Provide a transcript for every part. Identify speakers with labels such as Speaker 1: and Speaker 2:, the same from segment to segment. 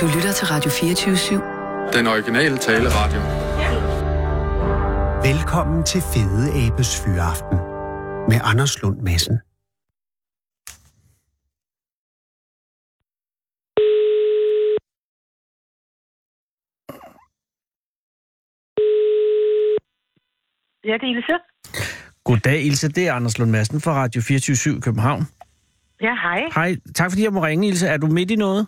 Speaker 1: Du lytter til Radio 24 /7.
Speaker 2: Den originale taleradio.
Speaker 3: Velkommen til Fede Abes Fyraften med Anders Lund Madsen.
Speaker 4: Ja, det er Ilse.
Speaker 5: Goddag, Ilse. Det er Anders Lund Madsen fra Radio 24 København.
Speaker 4: Ja, hej.
Speaker 5: Hej. Tak fordi jeg må ringe, Ilse. Er du midt i noget?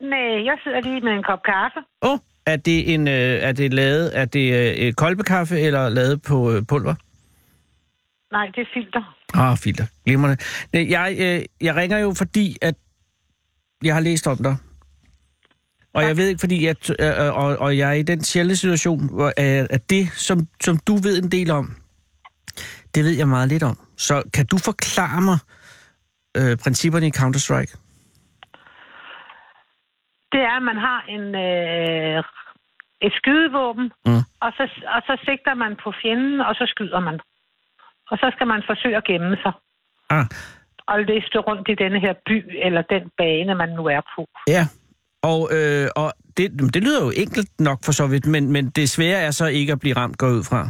Speaker 4: Nej, jeg sidder lige med en kop kaffe.
Speaker 5: Åh, oh, er det en øh, er det lavet er det øh, et kolbekaffe eller lavet på øh, pulver?
Speaker 4: Nej, det er filter.
Speaker 5: Ah, filter. Glimrende. Øh, Jeg øh, jeg ringer jo fordi at jeg har læst om dig. Og jeg ved ikke, fordi jeg, t- øh, øh, og, og jeg er i den sjældne situation, hvor, øh, at det, som, som du ved en del om, det ved jeg meget lidt om. Så kan du forklare mig øh, principperne i Counter-Strike?
Speaker 4: Det er, at man har en, øh, et skydevåben,
Speaker 5: Mm.
Speaker 4: og, så, og så sigter man på fjenden, og så skyder man. Og så skal man forsøge at gemme sig
Speaker 5: Ah,
Speaker 4: og liste rundt i denne her by, eller den bane, man nu er på.
Speaker 5: Ja, og, øh, og det, jamen, det lyder jo enkelt nok for så vidt, men, men det svære er så ikke at blive ramt går jeg ud fra.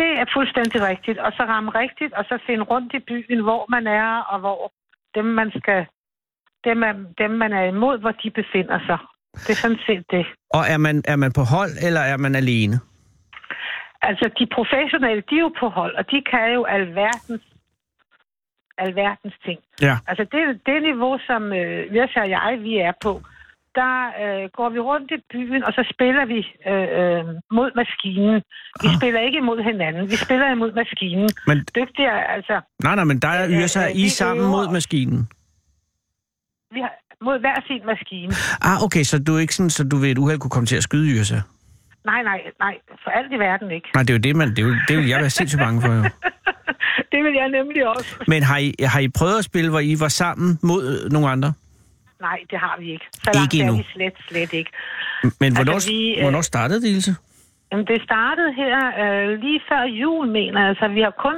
Speaker 4: Det er fuldstændig rigtigt. Og så ramme rigtigt, og så finde rundt i byen, hvor man er, og hvor dem, man skal... Dem, man- dem, man er imod, hvor de befinder sig. Det er sådan set det.
Speaker 5: Og er man, er man på hold, eller er man alene?
Speaker 4: Altså, de professionelle, de er jo på hold, og de kan jo alverdens, alverdens ting.
Speaker 5: Ja.
Speaker 4: Altså, det, det niveau, som øh, Virsa og jeg, vi er på, der øh, går vi rundt i byen, og så spiller vi øh, øh, mod maskinen. Vi ah. spiller ikke imod hinanden, vi spiller imod maskinen.
Speaker 5: Men,
Speaker 4: Dygtigere, altså,
Speaker 5: nej, nej, men der
Speaker 4: Ja,
Speaker 5: er sig
Speaker 4: ja,
Speaker 5: I
Speaker 4: vi
Speaker 5: sammen
Speaker 4: øver
Speaker 5: mod
Speaker 4: os.
Speaker 5: maskinen.
Speaker 4: vi har mod hver sin maskine.
Speaker 5: Ah, okay, så du er ikke sådan, så du ved et uheld kunne komme til at skyde Yrsa?
Speaker 4: Nej, nej, nej, for alt i verden ikke.
Speaker 5: Nej, det er jo det, man, det, er jo, det vil jeg være sindssygt bange for, jo.
Speaker 4: det vil jeg nemlig også.
Speaker 5: Men har I, har I prøvet at spille, hvor I var sammen mod øh, nogle andre?
Speaker 4: Nej, det har vi ikke. Så langt
Speaker 5: Ikke
Speaker 4: er
Speaker 5: endnu.
Speaker 4: vi slet, slet ikke.
Speaker 5: Men hvornår, altså,
Speaker 4: vi,
Speaker 5: vi,
Speaker 4: øh,
Speaker 5: hvornår startede det, Ilse?
Speaker 4: Jamen, det startede her øh, lige før jul, mener jeg. Altså, vi har kun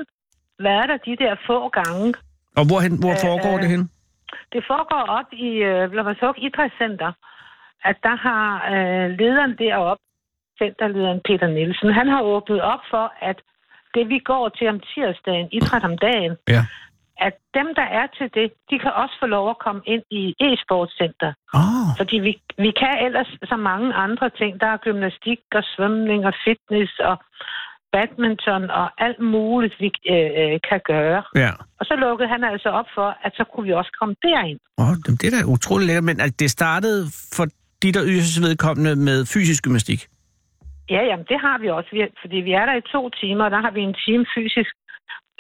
Speaker 4: været der de der få gange.
Speaker 5: Og hvorhen, hvor
Speaker 4: øh,
Speaker 5: foregår
Speaker 4: øh,
Speaker 5: det hen?
Speaker 4: Det foregår op i øh, Blåvandsuk Idrætscenter, at der har øh, lederen deroppe, centerlederen Peter Nielsen, han har åbnet op for, at det vi går til om tirsdagen, idræt om dagen,
Speaker 5: Ja.
Speaker 4: at dem, der er til det, de kan også få lov at komme ind i e-sportscenter.
Speaker 5: Åh, oh,
Speaker 4: Fordi vi, vi kan ellers så mange andre ting. Der er gymnastik og svømning og fitness og badminton og alt muligt, vi øh, øh, kan gøre.
Speaker 5: ja.
Speaker 4: Og så lukkede han altså op for, at så kunne vi også komme derind.
Speaker 5: Åh, oh, det er da utroligt lækkert, men altså, det startede for de, der ydelses vedkommende med fysisk gymnastik.
Speaker 4: Ja, jamen det har vi også, vi, er- fordi vi er der i to timer, og der har vi en time fysisk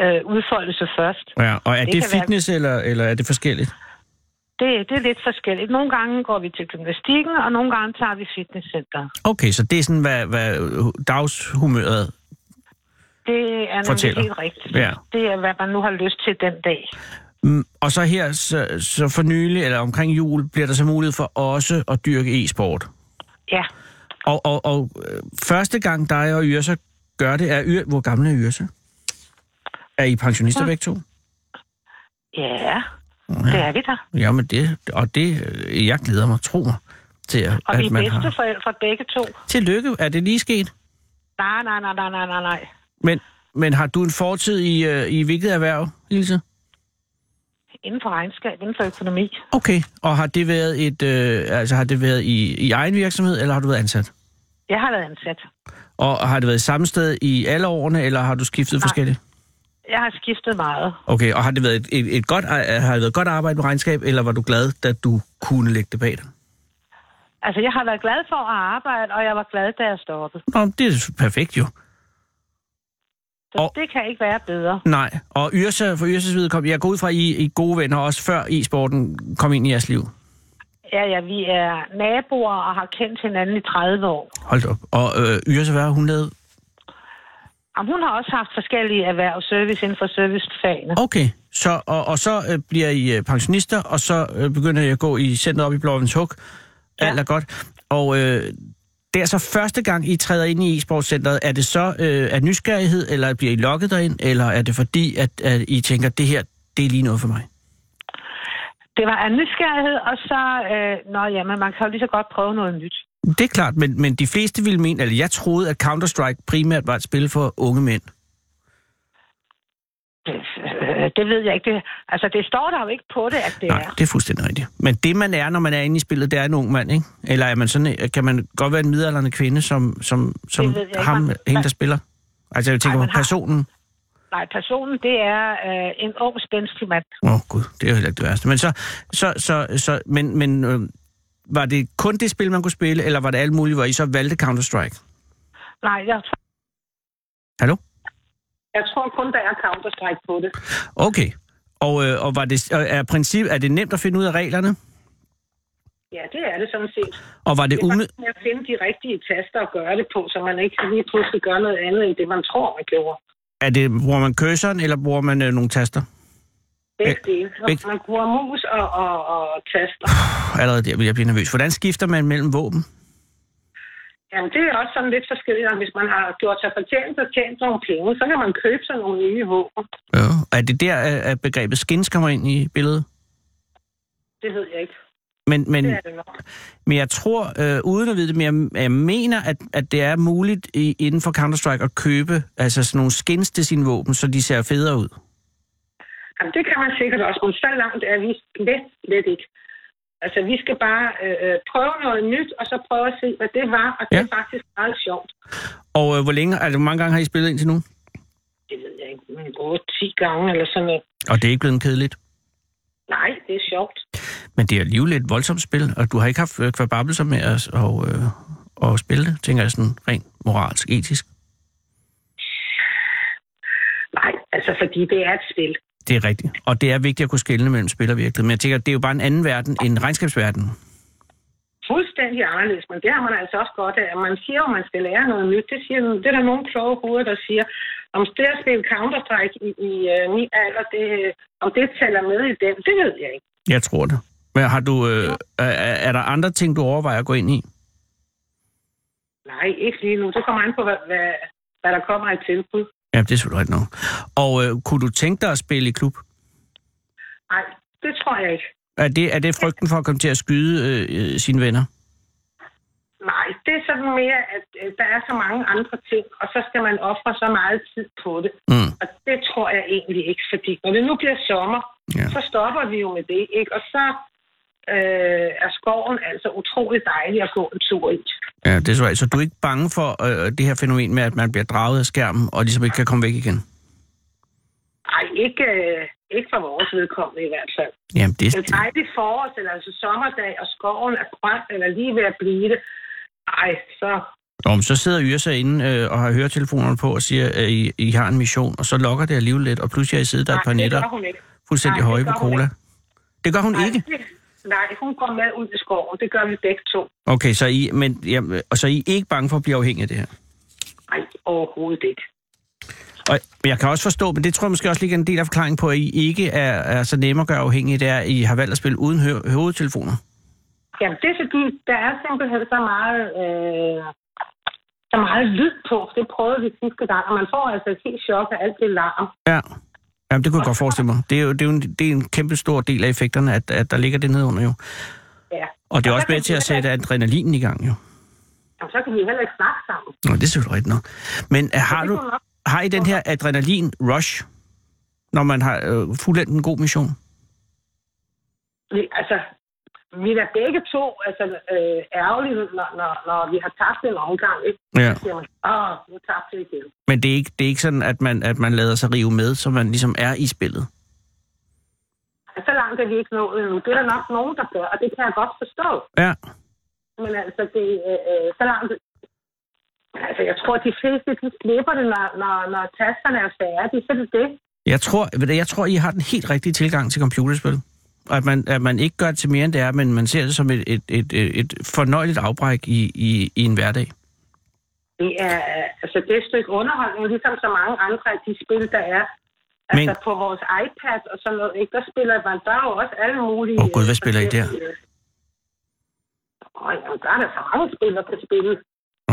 Speaker 4: øh, udfoldelse først.
Speaker 5: Ja, og er
Speaker 4: Det
Speaker 5: det, det
Speaker 4: kan være-
Speaker 5: fitness, være... eller, eller er det forskelligt?
Speaker 4: Det, det er lidt forskelligt. Nogle gange går vi til gymnastikken, og nogle gange tager vi fitnesscenter.
Speaker 5: Okay, så det er sådan, hvad, hvad øh, dagshumøret...
Speaker 4: Det er nemlig
Speaker 5: Fortæller.
Speaker 4: helt rigtigt.
Speaker 5: Ja.
Speaker 4: Det er, hvad man nu har lyst til den dag.
Speaker 5: Mm, Og så her, så, så for nylig, eller omkring jul, bliver der så mulighed for også at dyrke e-sport.
Speaker 4: Ja.
Speaker 5: Og, og, og øh, første gang dig og Yrsa gør det, er Yr... Hvor gammel er Yrsa? Er I pensionister
Speaker 4: Ja.
Speaker 5: begge to?
Speaker 4: Ja, det er vi da.
Speaker 5: Jamen det, og det, øh, jeg glæder mig, tro mig, til at,
Speaker 4: Og vi
Speaker 5: at
Speaker 4: er
Speaker 5: man
Speaker 4: bedste
Speaker 5: har...
Speaker 4: forældre begge to.
Speaker 5: Tillykke, er det lige sket?
Speaker 4: Nej, nej, nej, nej, nej, nej, nej.
Speaker 5: Men, men har du en fortid i, øh, i hvilket erhverv, Ilse?
Speaker 4: Inden for regnskab, inden for økonomi.
Speaker 5: Okay. Og har det været et, øh, altså har det været i, i egen virksomhed, eller har du været ansat?
Speaker 4: Jeg har været ansat.
Speaker 5: Og har det været samme sted i alle årene, eller har du skiftet
Speaker 4: Nej.
Speaker 5: forskelligt?
Speaker 4: Jeg har skiftet meget.
Speaker 5: Okay, og har det været et, et, et godt, ar- har det været et godt arbejde med regnskab, eller var du glad, da du kunne lægge det bag dig?
Speaker 4: Altså, jeg har været glad for at arbejde, og jeg var glad, da jeg stoppede.
Speaker 5: Nå, det er perfekt jo.
Speaker 4: Så
Speaker 5: Og-
Speaker 4: det kan ikke være bedre.
Speaker 5: Nej, og Yrsa, for Yrsas vedkommende, jeg går ud fra, at I, I er gode venner, også før e-sporten kom ind i jeres liv.
Speaker 4: Ja, ja, vi er naboer og har kendt hinanden i 30 år.
Speaker 5: Hold da op. Og øh, Yrsa, hvad har hun lavet?
Speaker 4: Og hun har også haft forskellige erhverv service inden for servicefagene.
Speaker 5: Okay, så, og, og så øh, bliver I øh, pensionister, og så øh, begynder I at gå i centret op i Blåvens Hug.
Speaker 4: Ja.
Speaker 5: Alt er godt. Og øh, det er så første gang, I træder ind i e-sportscenteret. Er det så øh, af nysgerrighed, eller bliver I lokket derind, eller er det fordi, at, at I tænker, det her, det er lige noget for mig?
Speaker 4: Det var af nysgerrighed, og så, øh, nå ja, men man kan jo lige så godt prøve noget nyt.
Speaker 5: Det er klart, men, men de fleste ville mene, eller jeg troede, at Counter-Strike primært var et spil for unge mænd.
Speaker 4: Det, øh, det ved jeg ikke. Det, altså, det står der jo ikke på det, at det
Speaker 5: Nej,
Speaker 4: er.
Speaker 5: det er fuldstændig rigtigt. Men det man er, når man er inde i spillet, det er en ung mand, ikke? Eller er man sådan, kan man godt være en midaldrende kvinde, som, som, som
Speaker 4: ved jeg ikke,
Speaker 5: ham,
Speaker 4: man-
Speaker 5: hende, der spiller? Altså, jeg tænker
Speaker 4: Nej,
Speaker 5: på
Speaker 4: man har-
Speaker 5: personen.
Speaker 4: Nej, personen, det er øh, en ung, spændstig mand.
Speaker 5: Åh, oh, gud, det er jo heller ikke det værste. Men så, så, så, så men, men øh, var det kun det spil, man kunne spille, eller var det alt muligt, hvor I så valgte Counter-Strike?
Speaker 4: Nej, jeg,
Speaker 5: Hallo?
Speaker 4: jeg tror kun, der er Counter-Strike på det.
Speaker 5: Okay. Og, øh, og var det, og er, princip, er det nemt at finde ud af reglerne?
Speaker 4: Ja, det er det sådan set.
Speaker 5: Og var det,
Speaker 4: Det er
Speaker 5: ume,
Speaker 4: faktisk med at finde de rigtige taster og gøre det på, så man ikke lige pludselig gør noget andet, end det man tror, man gjorde.
Speaker 5: er det, bruger man cursoren, eller bruger man øh, nogle taster?
Speaker 4: Begge
Speaker 5: Beg-
Speaker 4: dele. Og
Speaker 5: begge-
Speaker 4: Man bruger mus og, og, og taster.
Speaker 5: Puh, allerede der vil jeg blive nervøs. Hvordan skifter man mellem våben?
Speaker 4: Jamen, det er også sådan lidt forskelligt. og Hvis man har gjort sig fortjent og tjent nogle penge, så kan man købe sig nogle nye våben.
Speaker 5: Ja. Er det der, at at begrebet skins kommer ind i billedet?
Speaker 4: Det ved jeg ikke.
Speaker 5: Men, men,
Speaker 4: Det er det nok.
Speaker 5: men jeg tror, øh, uden at vide det, men jeg, jeg mener, at, at det er muligt i, inden for Counter-Strike at købe altså sådan nogle skins til sine våben, så de ser federe ud.
Speaker 4: Jamen, det kan man sikkert også, men så langt er vi let, let ikke. Altså, vi skal bare øh, øh, prøve noget nyt, og så prøve at se, hvad det var, og det
Speaker 5: Ja.
Speaker 4: er faktisk meget sjovt.
Speaker 5: Og øh, hvor længe, altså, hvor mange gange har I spillet indtil nu?
Speaker 4: Det ved jeg ikke, men 8-10 gange eller sådan noget.
Speaker 5: Og det er ikke blevet kedeligt.
Speaker 4: Nej, det er sjovt.
Speaker 5: Men det er alligevel et voldsomt spil, og du har ikke haft øh, kvababelser med at, og, øh, at spille det, tænker jeg sådan rent moralsk, etisk.
Speaker 4: Nej, altså, fordi det er et spil.
Speaker 5: Det er rigtigt. Og det er vigtigt at kunne skelne mellem spil og virkelighed. Men jeg tænker, det er jo bare en anden verden end regnskabsverdenen.
Speaker 4: Fuldstændig anderledes, men det har man altså også godt af. Man siger jo, at man skal lære noget nyt. Det, siger, det er der nogle kloge hoveder, der siger, om det at spille Counter-Strike i, i øh, min alder, det, øh, om det tæller med i den, det ved jeg ikke.
Speaker 5: Jeg tror det. Men har du, øh, er, er der andre ting, du overvejer at gå ind i?
Speaker 4: Nej, ikke lige nu. Det kommer an på, hvad, hvad, hvad der kommer i tilbud.
Speaker 5: Ja, det er selvfølgelig rigtigt nok. Og øh, kunne du tænke dig at spille i klub?
Speaker 4: Nej, det tror jeg ikke.
Speaker 5: Er det, er det frygten for at komme til at skyde øh, øh, sine venner?
Speaker 4: Nej, det er sådan mere, at øh, der er så mange andre ting, og så skal man ofre så meget tid på det.
Speaker 5: Mm.
Speaker 4: Og det tror jeg egentlig ikke, fordi når det nu bliver sommer,
Speaker 5: Ja.
Speaker 4: ja. så stopper vi jo med det, ikke? Og så øh, er skoven altså utrolig dejlig at gå en tur i.
Speaker 5: Ja, det er så rigtigt. Så du er ikke bange for øh, det her fænomen med, at man bliver draget af skærmen og ligesom ikke kan komme væk igen?
Speaker 4: Ej, ikke, øh, ikke for vores vedkommende i hvert fald.
Speaker 5: Jamen, det,
Speaker 4: En
Speaker 5: det,
Speaker 4: dejlig forårs, eller altså sommerdag, og skoven er grøn, eller lige ved at blive det. Ej, så...
Speaker 5: om så sidder Yre sig inde øh, og har høretelefonerne på og siger, at I, I har en mission, og så lokker det alligevel lidt, og pludselig har I siddet der et
Speaker 4: Nej,
Speaker 5: par
Speaker 4: det
Speaker 5: nætter
Speaker 4: gør hun ikke.
Speaker 5: fuldstændig
Speaker 4: Nej, det
Speaker 5: høje på
Speaker 4: gør hun
Speaker 5: cola.
Speaker 4: ikke.
Speaker 5: Det gør hun
Speaker 4: Nej,
Speaker 5: ikke?
Speaker 4: det- Nej, hun går med ud i skoven. Det gør vi begge to.
Speaker 5: Okay, så I, men, jamen, og så er I ikke bange for at blive afhængig af det her?
Speaker 4: Nej, overhovedet ikke.
Speaker 5: Og jeg kan også forstå, men det tror jeg måske også lige er en del af forklaringen på, at I ikke er, er så nemme at gøre afhængige, det er, at I har valgt at spille uden hø- hovedtelefoner.
Speaker 4: Jamen, det er fordi, der er simpelthen så meget, øh, så meget lyd på. Det prøvede vi sidste gang, og man får altså et helt chok af alt det larm.
Speaker 5: Ja. Jamen, det kunne jeg godt forestille mig. Det er jo, det er jo en, det er en kæmpe stor del af effekterne, at, at der ligger det nedenunder jo.
Speaker 4: Ja.
Speaker 5: Og det er
Speaker 4: Og
Speaker 5: også
Speaker 4: der
Speaker 5: med
Speaker 4: kan
Speaker 5: til at
Speaker 4: sikkert
Speaker 5: sætte adrenalin i gang jo.
Speaker 4: Jamen, så kan vi heller ikke snakke sammen.
Speaker 5: Nå, det er selvfølgelig rigtigt nok. Men øh, har,
Speaker 4: det
Speaker 5: du,
Speaker 4: kunne nok-
Speaker 5: har I den her adrenalin-rush, når man har øh, fuldendt en god mission?
Speaker 4: Vi, altså, vi er da begge to altså, øh, ærgerlige, når, når, når, vi har tabt en omgang. Ikke?
Speaker 5: Ja.
Speaker 4: Så siger man, åh, nu tabte vi igen.
Speaker 5: Men det er ikke, det er ikke sådan, at man, at man lader sig rive med, så man ligesom er i spillet.
Speaker 4: Og Så langt er vi ikke nået endnu. Det er der nok nogen, der gør, og det kan jeg godt forstå.
Speaker 5: Ja.
Speaker 4: Men altså, det, øh, øh, så langt... Altså, jeg tror, de fleste, de slipper det, når, når, når tasterne er færdige. Så er det det.
Speaker 5: Jeg tror, ved du, jeg tror, I har den helt rigtige tilgang til computerspil. Og at man, at man ikke gør det til mere end det er, men man ser det som et, et, et, et et fornøjeligt afbræk i, i, i en hverdag.
Speaker 4: Det er, øh, altså, det er et stykke underholdning, ligesom så mange andre af de spil, der er. Altså,
Speaker 5: Men-
Speaker 4: Men... på vores iPad og sådan noget, ikke? der spiller man der er jo også alle mulige... øh,
Speaker 5: Åh, Gud, hvad spiller I der?
Speaker 4: Åh, jamen, der er der så mange spil, der kan spille.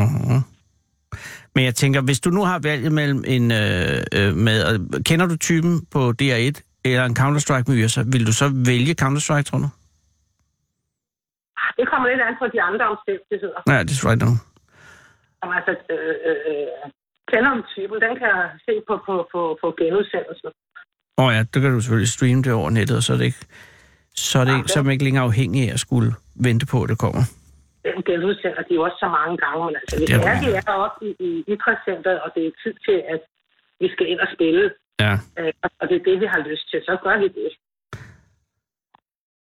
Speaker 5: Uh-huh. Men jeg tænker, hvis du nu har valget mellem en... Øh, øh, med, øh, kender du typen på DR1 eller en Counter-Strike med Yrsa, vil du så vælge Counter-Strike, tror du?
Speaker 4: Det kommer lidt an på de andre omstændigheder.
Speaker 5: Nej, det tror jeg ikke.
Speaker 4: Som Altså, øh, øh, øh, kender om typen, den kan jeg se på, på, på, på genudsendelsen.
Speaker 5: Åh oh ja, der kan du selvfølgelig streame det over nettet, og så er det ikke, så er det ikke, så er man ikke længere afhængig af at skulle vente på, at det kommer.
Speaker 4: Den genudsender de jo også så mange gange, men altså, hvis
Speaker 5: Det er
Speaker 4: det er,
Speaker 5: rigtigt.
Speaker 4: vi er oppe i, i idrætscenteret, og det er tid til, at vi skal ind og spille,
Speaker 5: Ja.
Speaker 4: øh, og- og det er det, vi har lyst til, så gør vi det.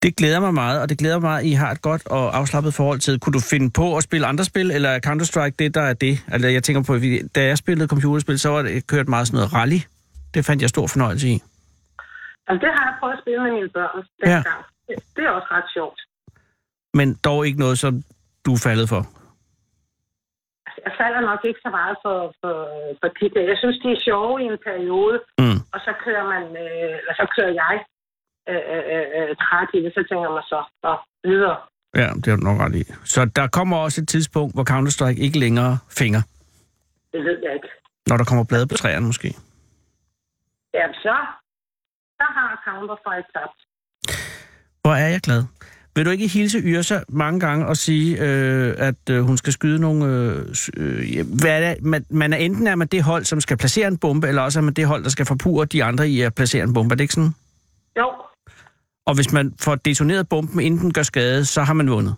Speaker 5: Det glæder mig meget, og det glæder mig, meget, at I har et godt og afslappet forhold til. Kunne du finde på at spille andre spil, eller er Counter-Strike det, der er det? Altså, jeg tænker på, fordi da jeg spillede computerspil, så var det kørt meget sådan noget rally. Det fandt jeg stor fornøjelse i.
Speaker 4: Altså, det har jeg prøvet at spille med mine børn
Speaker 5: Ja.
Speaker 4: dengang. Ja. Det er også ret sjovt.
Speaker 5: Men dog ikke noget, som du er faldet for.
Speaker 4: Altså, jeg falder nok ikke så meget for, for, for de der. Jeg synes, de er sjove i en periode,
Speaker 5: Mm.
Speaker 4: og så kører man, øh, eller så kører jeg øh, øh, øh, øh, træt i det, så tænker man så, og videre.
Speaker 5: Ja, det har du nok ret i. Så der kommer også et tidspunkt, hvor Counter-Strike ikke længere finger,
Speaker 4: Det ved jeg ikke.
Speaker 5: når der kommer blade på træerne måske.
Speaker 4: Ja, så, så har Counter-Strike tabt.
Speaker 5: Hvor er jeg glad. Vil du ikke hilse Yrsa mange gange og sige, øh, at øh, hun skal skyde nogle... Øh, s- øh, ja, hvad er det? Man, man er enten er man det hold, som skal placere en bombe, eller også er man det hold, der skal forpure de andre i at placere en bombe. Er det ikke sådan?
Speaker 4: Jo,
Speaker 5: Og hvis man får detoneret bomben, inden den gør skade, så har man vundet.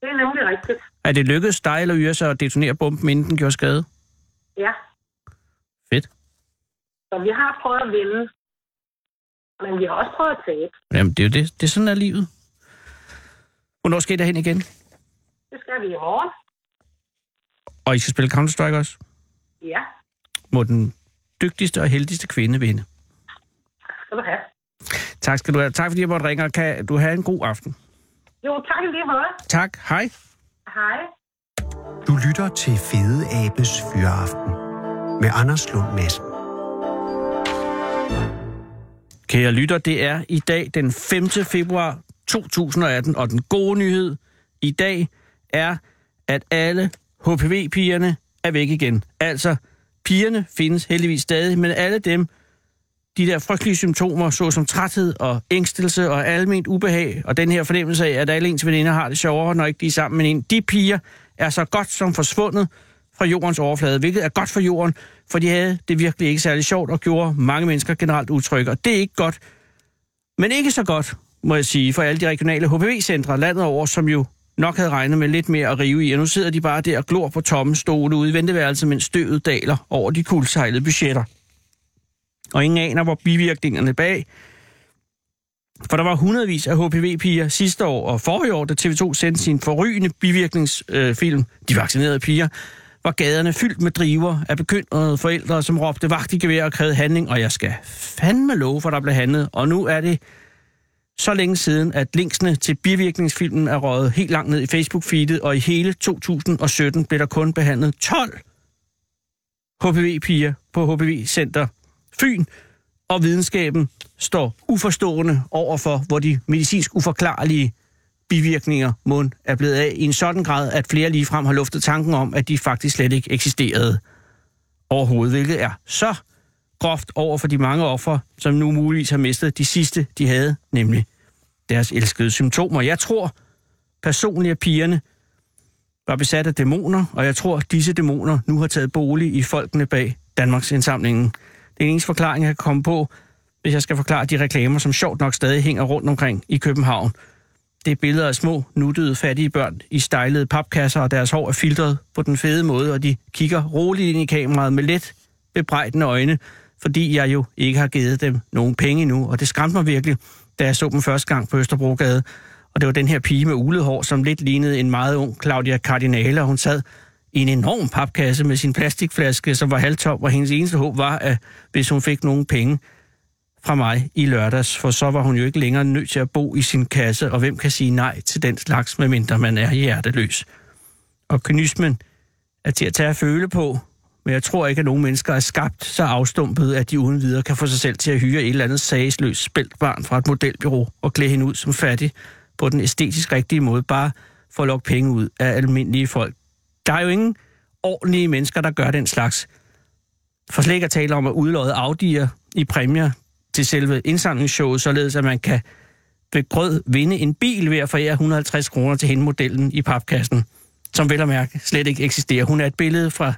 Speaker 4: det er nemlig rigtigt.
Speaker 5: Er det lykkedes dig eller Yrsa at detonere bomben, inden den gjorde skade?
Speaker 4: Ja,
Speaker 5: Fedt.
Speaker 4: så vi har prøvet at vinde, men vi har også prøvet at tabe.
Speaker 5: Jamen, det er jo det. Det er sådan, er livet. Hvornår skal I derhen igen?
Speaker 4: Det skal vi i morgen.
Speaker 5: Og I skal spille Counter-Strike også?
Speaker 4: Ja,
Speaker 5: Må den dygtigste og heldigste kvinde vinde.
Speaker 4: skal du have.
Speaker 5: Tak skal du have. Tak fordi jeg måtte ringe, og kan du have en god aften.
Speaker 4: Jo, tak i lige måde.
Speaker 5: Tak. Hej.
Speaker 4: Hej.
Speaker 3: Du lytter til Fede Abes Fyraften med Anders Lund Madsen.
Speaker 5: Kære lytter, det er i dag den 5. februar 2018, og den gode nyhed i dag er, at alle HPV-pigerne er væk igen. Altså, pigerne findes heldigvis stadig, men alle dem, de der frygtelige symptomer, såsom træthed og ængstelse og alment ubehag, og den her fornemmelse af, at alle ens veninder har det sjovere, når ikke de er sammen med en, de piger er så godt som forsvundet fra jordens overflade, hvilket er godt for jorden, for de havde det virkelig ikke særlig sjovt og gjorde mange mennesker generelt utrygge, og det er ikke godt. Men ikke så godt, må jeg sige, for alle de regionale HPV-centre landet over, som jo nok havde regnet med lidt mere at rive i, og nu sidder de bare der og glor på tomme stole ude i venteværelset, mens støvet daler over de kuldsejlede budgetter og ingen aner, hvor bivirkningerne bag. For der var hundredvis af HPV-piger sidste år og forrige år, da TV2 sendte sin forrygende bivirkningsfilm, De Vaccinerede Piger, var gaderne fyldt med driver af bekymrede forældre, som råbte vagt i gevær og krævede handling, og jeg skal fandme love, for der blev handlet. Og nu er det så længe siden, at linksene til bivirkningsfilmen er røget helt langt ned i Facebook-feedet, og i hele 2017 blev der kun behandlet 12 HPV-piger på HPV-center Fyn, og videnskaben står uforstående over for, hvor de medicinsk uforklarlige bivirkninger mund er blevet af i en sådan grad, at flere ligefrem har luftet tanken om, at de faktisk slet ikke eksisterede overhovedet, hvilket er så groft over for de mange ofre, som nu muligvis har mistet de sidste, de havde, nemlig deres elskede symptomer. Jeg tror personligt, at pigerne var besat af dæmoner, og jeg tror, at disse dæmoner nu har taget bolig i folkene bag Danmarks indsamlingen. Det er den eneste forklaring, jeg kan komme på, hvis jeg skal forklare de reklamer, som sjovt nok stadig hænger rundt omkring i København. Det er billeder af små, nuttede, fattige børn i stejlede papkasser, og deres hår er filtret på den fede måde, og de kigger roligt ind i kameraet med let bebrejdende øjne, fordi jeg jo ikke har givet dem nogen penge endnu, og det skræmte mig virkelig, da jeg så dem første gang på Østerbrogade. Og det var den her pige med ulet hår, som lidt lignede en meget ung Claudia Cardinale, og hun sad i en enorm papkasse med sin plastikflaske, som var halvtom, og hendes eneste håb var, at hvis hun fik nogen penge, fra mig i lørdags, for så var hun jo ikke længere nødt til at bo i sin kasse, og hvem kan sige nej til den slags, medmindre man er hjerteløs. Og kynismen er til at tage at føle på, men jeg tror ikke, at nogen mennesker er skabt så afstumpet, at de uden videre kan få sig selv til at hyre et eller andet sagsløst spældt barn fra et modelbyrå og klæde hende ud som fattig på den æstetisk rigtige måde, bare for at lokke penge ud af almindelige folk. Der er jo ingen ordentlige mennesker, der gør den slags. For slet ikke at tale om at udlåde Audi'er i præmier til selve indsamlingsshowet, således at man kan ved grød vinde en bil ved at forære 150 kroner til hende modellen i papkassen, som vel at mærke slet ikke eksisterer. Hun er et billede fra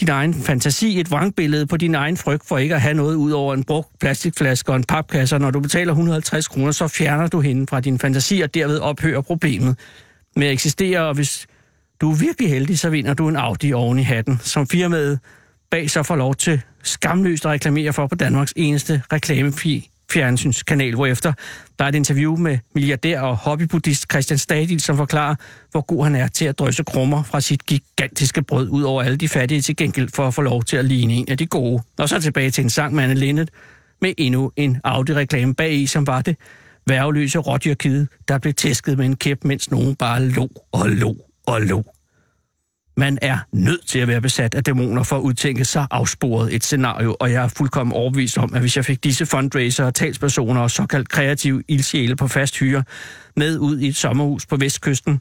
Speaker 5: din egen fantasi, et vrangbillede på din egen frygt for ikke at have noget ud over en brugt plastikflaske og en papkasse, og når du betaler 150 kroner, så fjerner du hende fra din fantasi, og derved ophører problemet med at eksistere, og hvis du er virkelig heldig, så vinder du en Audi oven i hatten, som firmaet bag så får lov til skamløst at reklamere for på Danmarks eneste reklamefri fjernsynskanal, hvorefter der er et interview med milliardær og hobbybuddhist Christian Stadil, som forklarer, hvor god han er til at drysse krummer fra sit gigantiske brød ud over alle de fattige til gengæld for at få lov til at ligne en af de gode. Og så tilbage til en sang med Anne Lindet med endnu en Audi-reklame bagi, som var det værveløse rådyrkide, der blev tæsket med en kæp, mens nogen bare lå og lå og lå. Man er nødt til at være besat af dæmoner for at udtænke sig afsporet et scenario, og jeg er fuldkommen overbevist om, at hvis jeg fik disse fundraiser, talspersoner og såkaldt kreative ildsjæle på fast hyre med ud i et sommerhus på Vestkysten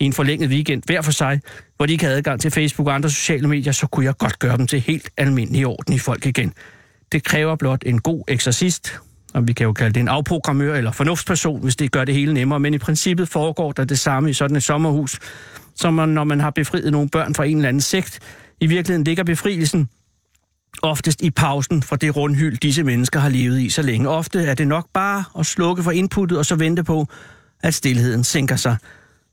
Speaker 5: i en forlænget weekend hver for sig, hvor de ikke havde adgang til Facebook og andre sociale medier, så kunne jeg godt gøre dem til helt almindelig orden i folk igen. Det kræver blot en god eksorcist, og vi kan jo kalde det en afprogrammør eller fornuftsperson, hvis det gør det hele nemmere, men i princippet foregår der det samme i sådan et sommerhus, som man, når man har befriet nogle børn fra en eller anden sekt. I virkeligheden ligger befrielsen oftest i pausen fra det rundhyld, disse mennesker har levet i så længe. Ofte er det nok bare at slukke for inputtet og så vente på, at stillheden sænker sig.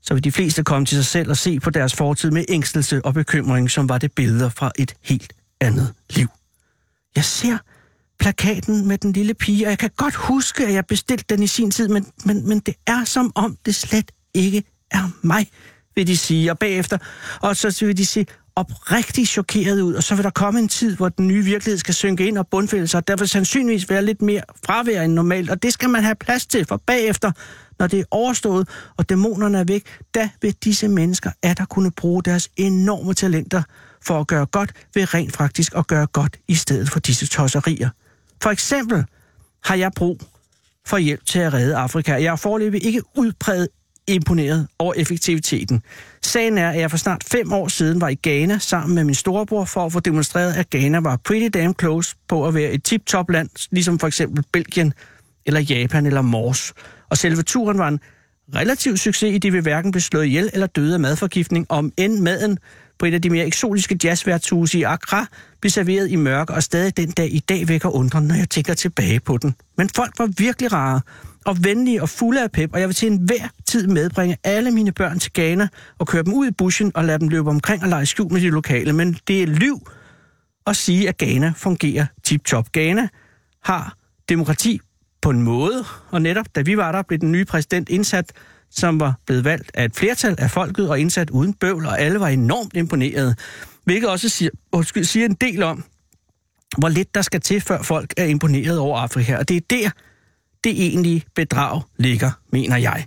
Speaker 5: Så vil de fleste komme til sig selv og se på deres fortid med ængstelse og bekymring, som var det billeder fra et helt andet liv. Jeg ser plakaten med den lille pige, og jeg kan godt huske, at jeg bestilte den i sin tid, men, men, men det er som om, det slet ikke er mig, vil de sige. Og bagefter, og så vil de se oprigtigt chokeret ud, og så vil der komme en tid, hvor den nye virkelighed skal synke ind og bundfælde sig, og der vil sandsynligvis være lidt mere fravær end normalt, og det skal man have plads til, for bagefter, når det er overstået, og dæmonerne er væk, da vil disse mennesker at der kunne bruge deres enorme talenter for at gøre godt ved rent faktisk at gøre godt i stedet for disse tosserier. For eksempel har jeg brug for hjælp til at redde Afrika. Jeg er forløbig ikke udpræget imponeret over effektiviteten. Sagen er, at jeg for snart fem år siden var i Ghana sammen med min storebror for at få demonstreret, at Ghana var pretty damn close på at være et tip-top land, ligesom for eksempel Belgien eller Japan eller Mors. Og selve turen var en relativ succes, i det vi hverken blev slået ihjel eller døde af madforgiftning, om end maden på et af de mere eksotiske jazzværtshuse i Accra blev serveret i mørke og stadig den dag i dag vækker undren, når jeg tænker tilbage på den. Men folk var virkelig rare og venlige og fulde af pep, og jeg vil til enhver tid medbringe alle mine børn til Ghana og køre dem ud i buschen og lade dem løbe omkring og lege skjul med de lokale. Men det er liv at sige, at Ghana fungerer tip-top. Ghana har demokrati på en måde, og netop da vi var der, blev den nye præsident indsat, som var blevet valgt af et flertal af folket og indsat uden bøvl, og alle var enormt imponerede. Hvilket også siger, undskyld, siger en del om, hvor lidt der skal til, før folk er imponeret over Afrika. Og det er der, det egentlige bedrag ligger, mener jeg.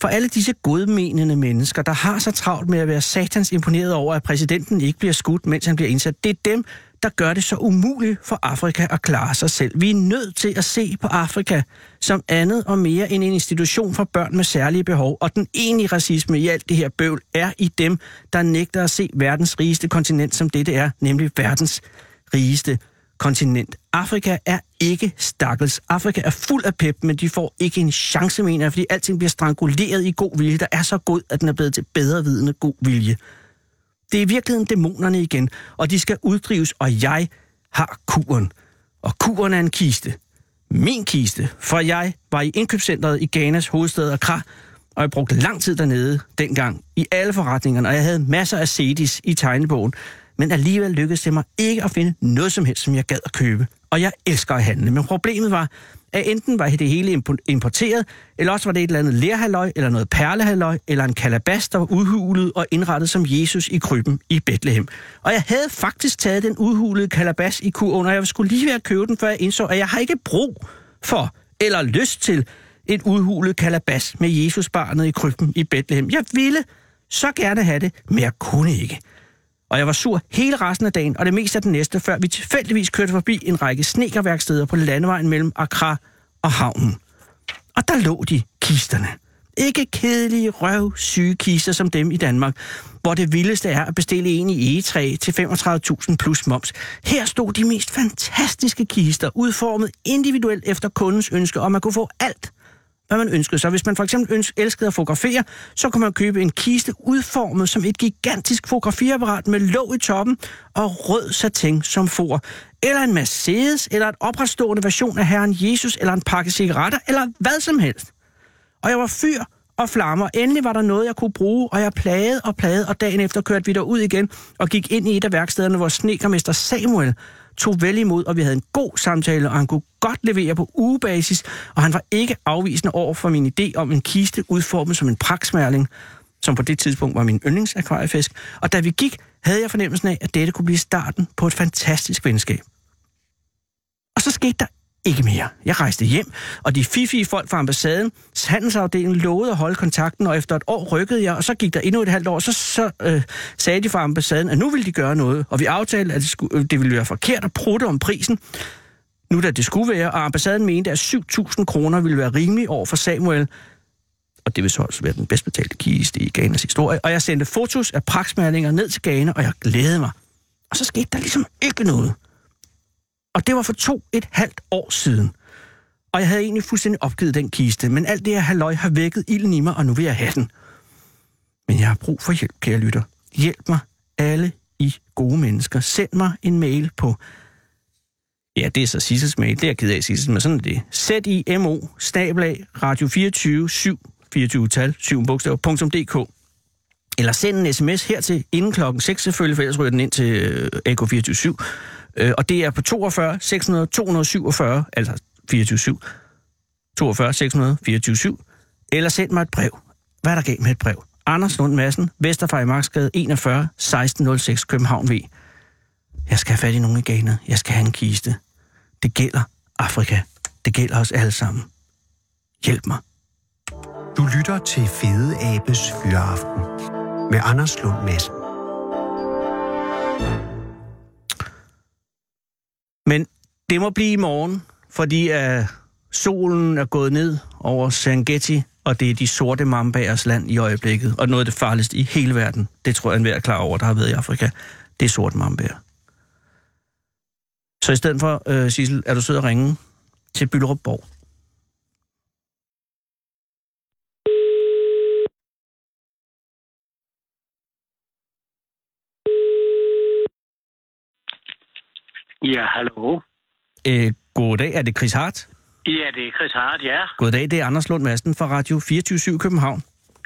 Speaker 5: For alle disse godmenende mennesker, der har så travlt med at være satans imponeret over, at præsidenten ikke bliver skudt, mens han bliver indsat, det er dem, der gør det så umuligt for Afrika at klare sig selv. Vi er nødt til at se på Afrika som andet og mere end en institution for børn med særlige behov, og den egentlige racisme i alt det her bøvl er i dem, der nægter at se verdens rigeste kontinent som det, det er, nemlig verdens rigeste kontinent. Afrika er ikke stakkels. Afrika er fuld af pep, men de får ikke en chance, mener jeg, fordi alting bliver stranguleret i god vilje, der er så god, at den er blevet til bedre vidende god vilje. Det er i virkeligheden dæmonerne igen, og de skal uddrives, og jeg har kuren. Og kuren er en kiste. Min kiste, for jeg var i indkøbscentret i Ghanas hovedstad Accra, og jeg brugte lang tid dernede dengang, i alle forretningerne, og jeg havde masser af CD's i tegnebogen men alligevel lykkedes det mig ikke at finde noget som helst, som jeg gad at købe. Og jeg elsker at handle, men problemet var, at enten var det hele impo- importeret, eller også var det et eller andet lærhaløj, eller noget perlehaløj, eller en kalabas, der var udhulet og indrettet som Jesus i krybben i Bethlehem. Og jeg havde faktisk taget den udhulede kalabas i kurven, og jeg skulle lige ved at købe den, før jeg indså, at jeg har ikke brug for eller lyst til et udhulet kalabas med Jesusbarnet i krybben i Bethlehem. Jeg ville så gerne have det, men jeg kunne ikke og jeg var sur hele resten af dagen og det meste af den næste, før vi tilfældigvis kørte forbi en række snekerværksteder på landevejen mellem Accra og havnen. Og der lå de, kisterne. Ikke kedelige røv syge kister som dem i Danmark, hvor det vildeste er at bestille en i egetræ til 35.000 plus moms. Her stod de mest fantastiske kister, udformet individuelt efter kundens ønske, og man kunne få alt, hvad man ønskede sig. Hvis man for eksempel øns- elskede at fotografere, så kunne man købe en kiste udformet som et gigantisk fotografiapparat med låg i toppen og rød satin som for. Eller en Mercedes, eller en opretstående version af Herren Jesus, eller en pakke cigaretter, eller hvad som helst. Og jeg var fyr og flammer. Endelig var der noget, jeg kunne bruge, og jeg plagede og plagede, og dagen efter kørte vi derud igen og gik ind i et af værkstederne, hvor snekermester Samuel tog vel imod, og vi havde en god samtale, og han kunne godt levere på ugebasis, og han var ikke afvisende over for min idé om en kiste udformet som en praksmærling, som på det tidspunkt var min yndlingsakvariefisk, og da vi gik, havde jeg fornemmelsen af, at dette kunne blive starten på et fantastisk venskab. Og så skete der ikke mere. Jeg rejste hjem, og de fifi folk fra ambassaden, handelsafdelingen lovede at holde kontakten, og efter et år rykkede jeg, og så gik der endnu et halvt år, så, så øh, sagde de fra ambassaden, at nu ville de gøre noget, og vi aftalte, at det, skulle, øh, det ville være forkert at prutte om prisen, nu da det skulle være, og ambassaden mente, at 7.000 kroner ville være rimelig over for Samuel, og det vil så også være den bedst betalte kiste i Ghanas historie, og jeg sendte fotos af praksmærlinger ned til Ghana, og jeg glædede mig. Og så skete der ligesom ikke noget. Og det var for to et halvt år siden. Og jeg havde egentlig fuldstændig opgivet den kiste, men alt det her halløj har vækket ilden i mig, og nu vil jeg have den. Men jeg har brug for hjælp, kære lytter. Hjælp mig, alle I gode mennesker. Send mig en mail på... Ja, det er så Sissels mail. Det er jeg ked af, Sissel, men sådan er det. Sæt i mo, snablag, radio 24, 7, 24 tal, 7 bogstaver, punktum .dk. Eller send en sms hertil inden klokken 6 selvfølgelig, for ellers ryger den ind til øh, AK247. Øh, og det er på 42 600 247, altså 247, 42 600 247, eller send mig et brev. Hvad er der galt med et brev? Anders Lund Madsen, Vesterfej Marksgade 41 1606 København V. Jeg skal have fat i nogle i Ghana. Jeg skal have en kiste. Det gælder Afrika. Det gælder os alle sammen. Hjælp mig.
Speaker 3: Du lytter til Fede Abes Fyraften med Anders Lund Madsen.
Speaker 5: Men det må blive i morgen, fordi uh, solen er gået ned over Serengeti, og det er de sorte mambagers land i øjeblikket. Og noget af det farligste i hele verden, det tror jeg enhver er klar over, der har været i Afrika, det er sorte mambager. Så i stedet for, uh, Sissel, er du sød at ringe til Byllerup Borg.
Speaker 1: Ja, hallo.
Speaker 5: Uh, goddag, er det Chris Hart?
Speaker 1: Ja, det er Chris Hart, ja.
Speaker 5: Goddag, det er Anders Lund Madsen fra Radio 24 København.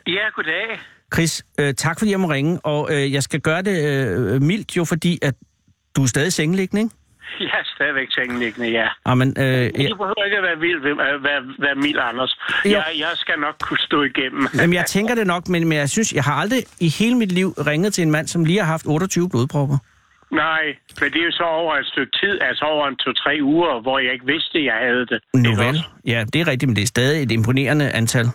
Speaker 1: Ja, goddag.
Speaker 5: Chris, øh, tak fordi jeg må ringe, og øh, jeg skal gøre det øh, mildt jo, fordi at du er stadig sengeliggende, ikke?
Speaker 1: Jeg er stadigvæk sengeliggende, ja.
Speaker 5: Jamen, øh,
Speaker 1: Jeg
Speaker 5: jeg,
Speaker 1: behøver ikke at være vild, være, være, være mild, Anders.
Speaker 5: Jo.
Speaker 1: Jeg, jeg skal nok kunne stå igennem.
Speaker 5: jamen, jeg tænker det nok, men, men jeg synes, jeg har aldrig i hele mit liv ringet til en mand, som lige har haft 28 blodpropper.
Speaker 1: Nej, men det er jo så over et stykke tid, altså over en to-tre uger, hvor jeg ikke vidste, jeg havde det.
Speaker 5: Nu
Speaker 1: Ikke
Speaker 5: vel.
Speaker 1: også?
Speaker 5: Ja, det er rigtigt, men det er stadig et imponerende antal.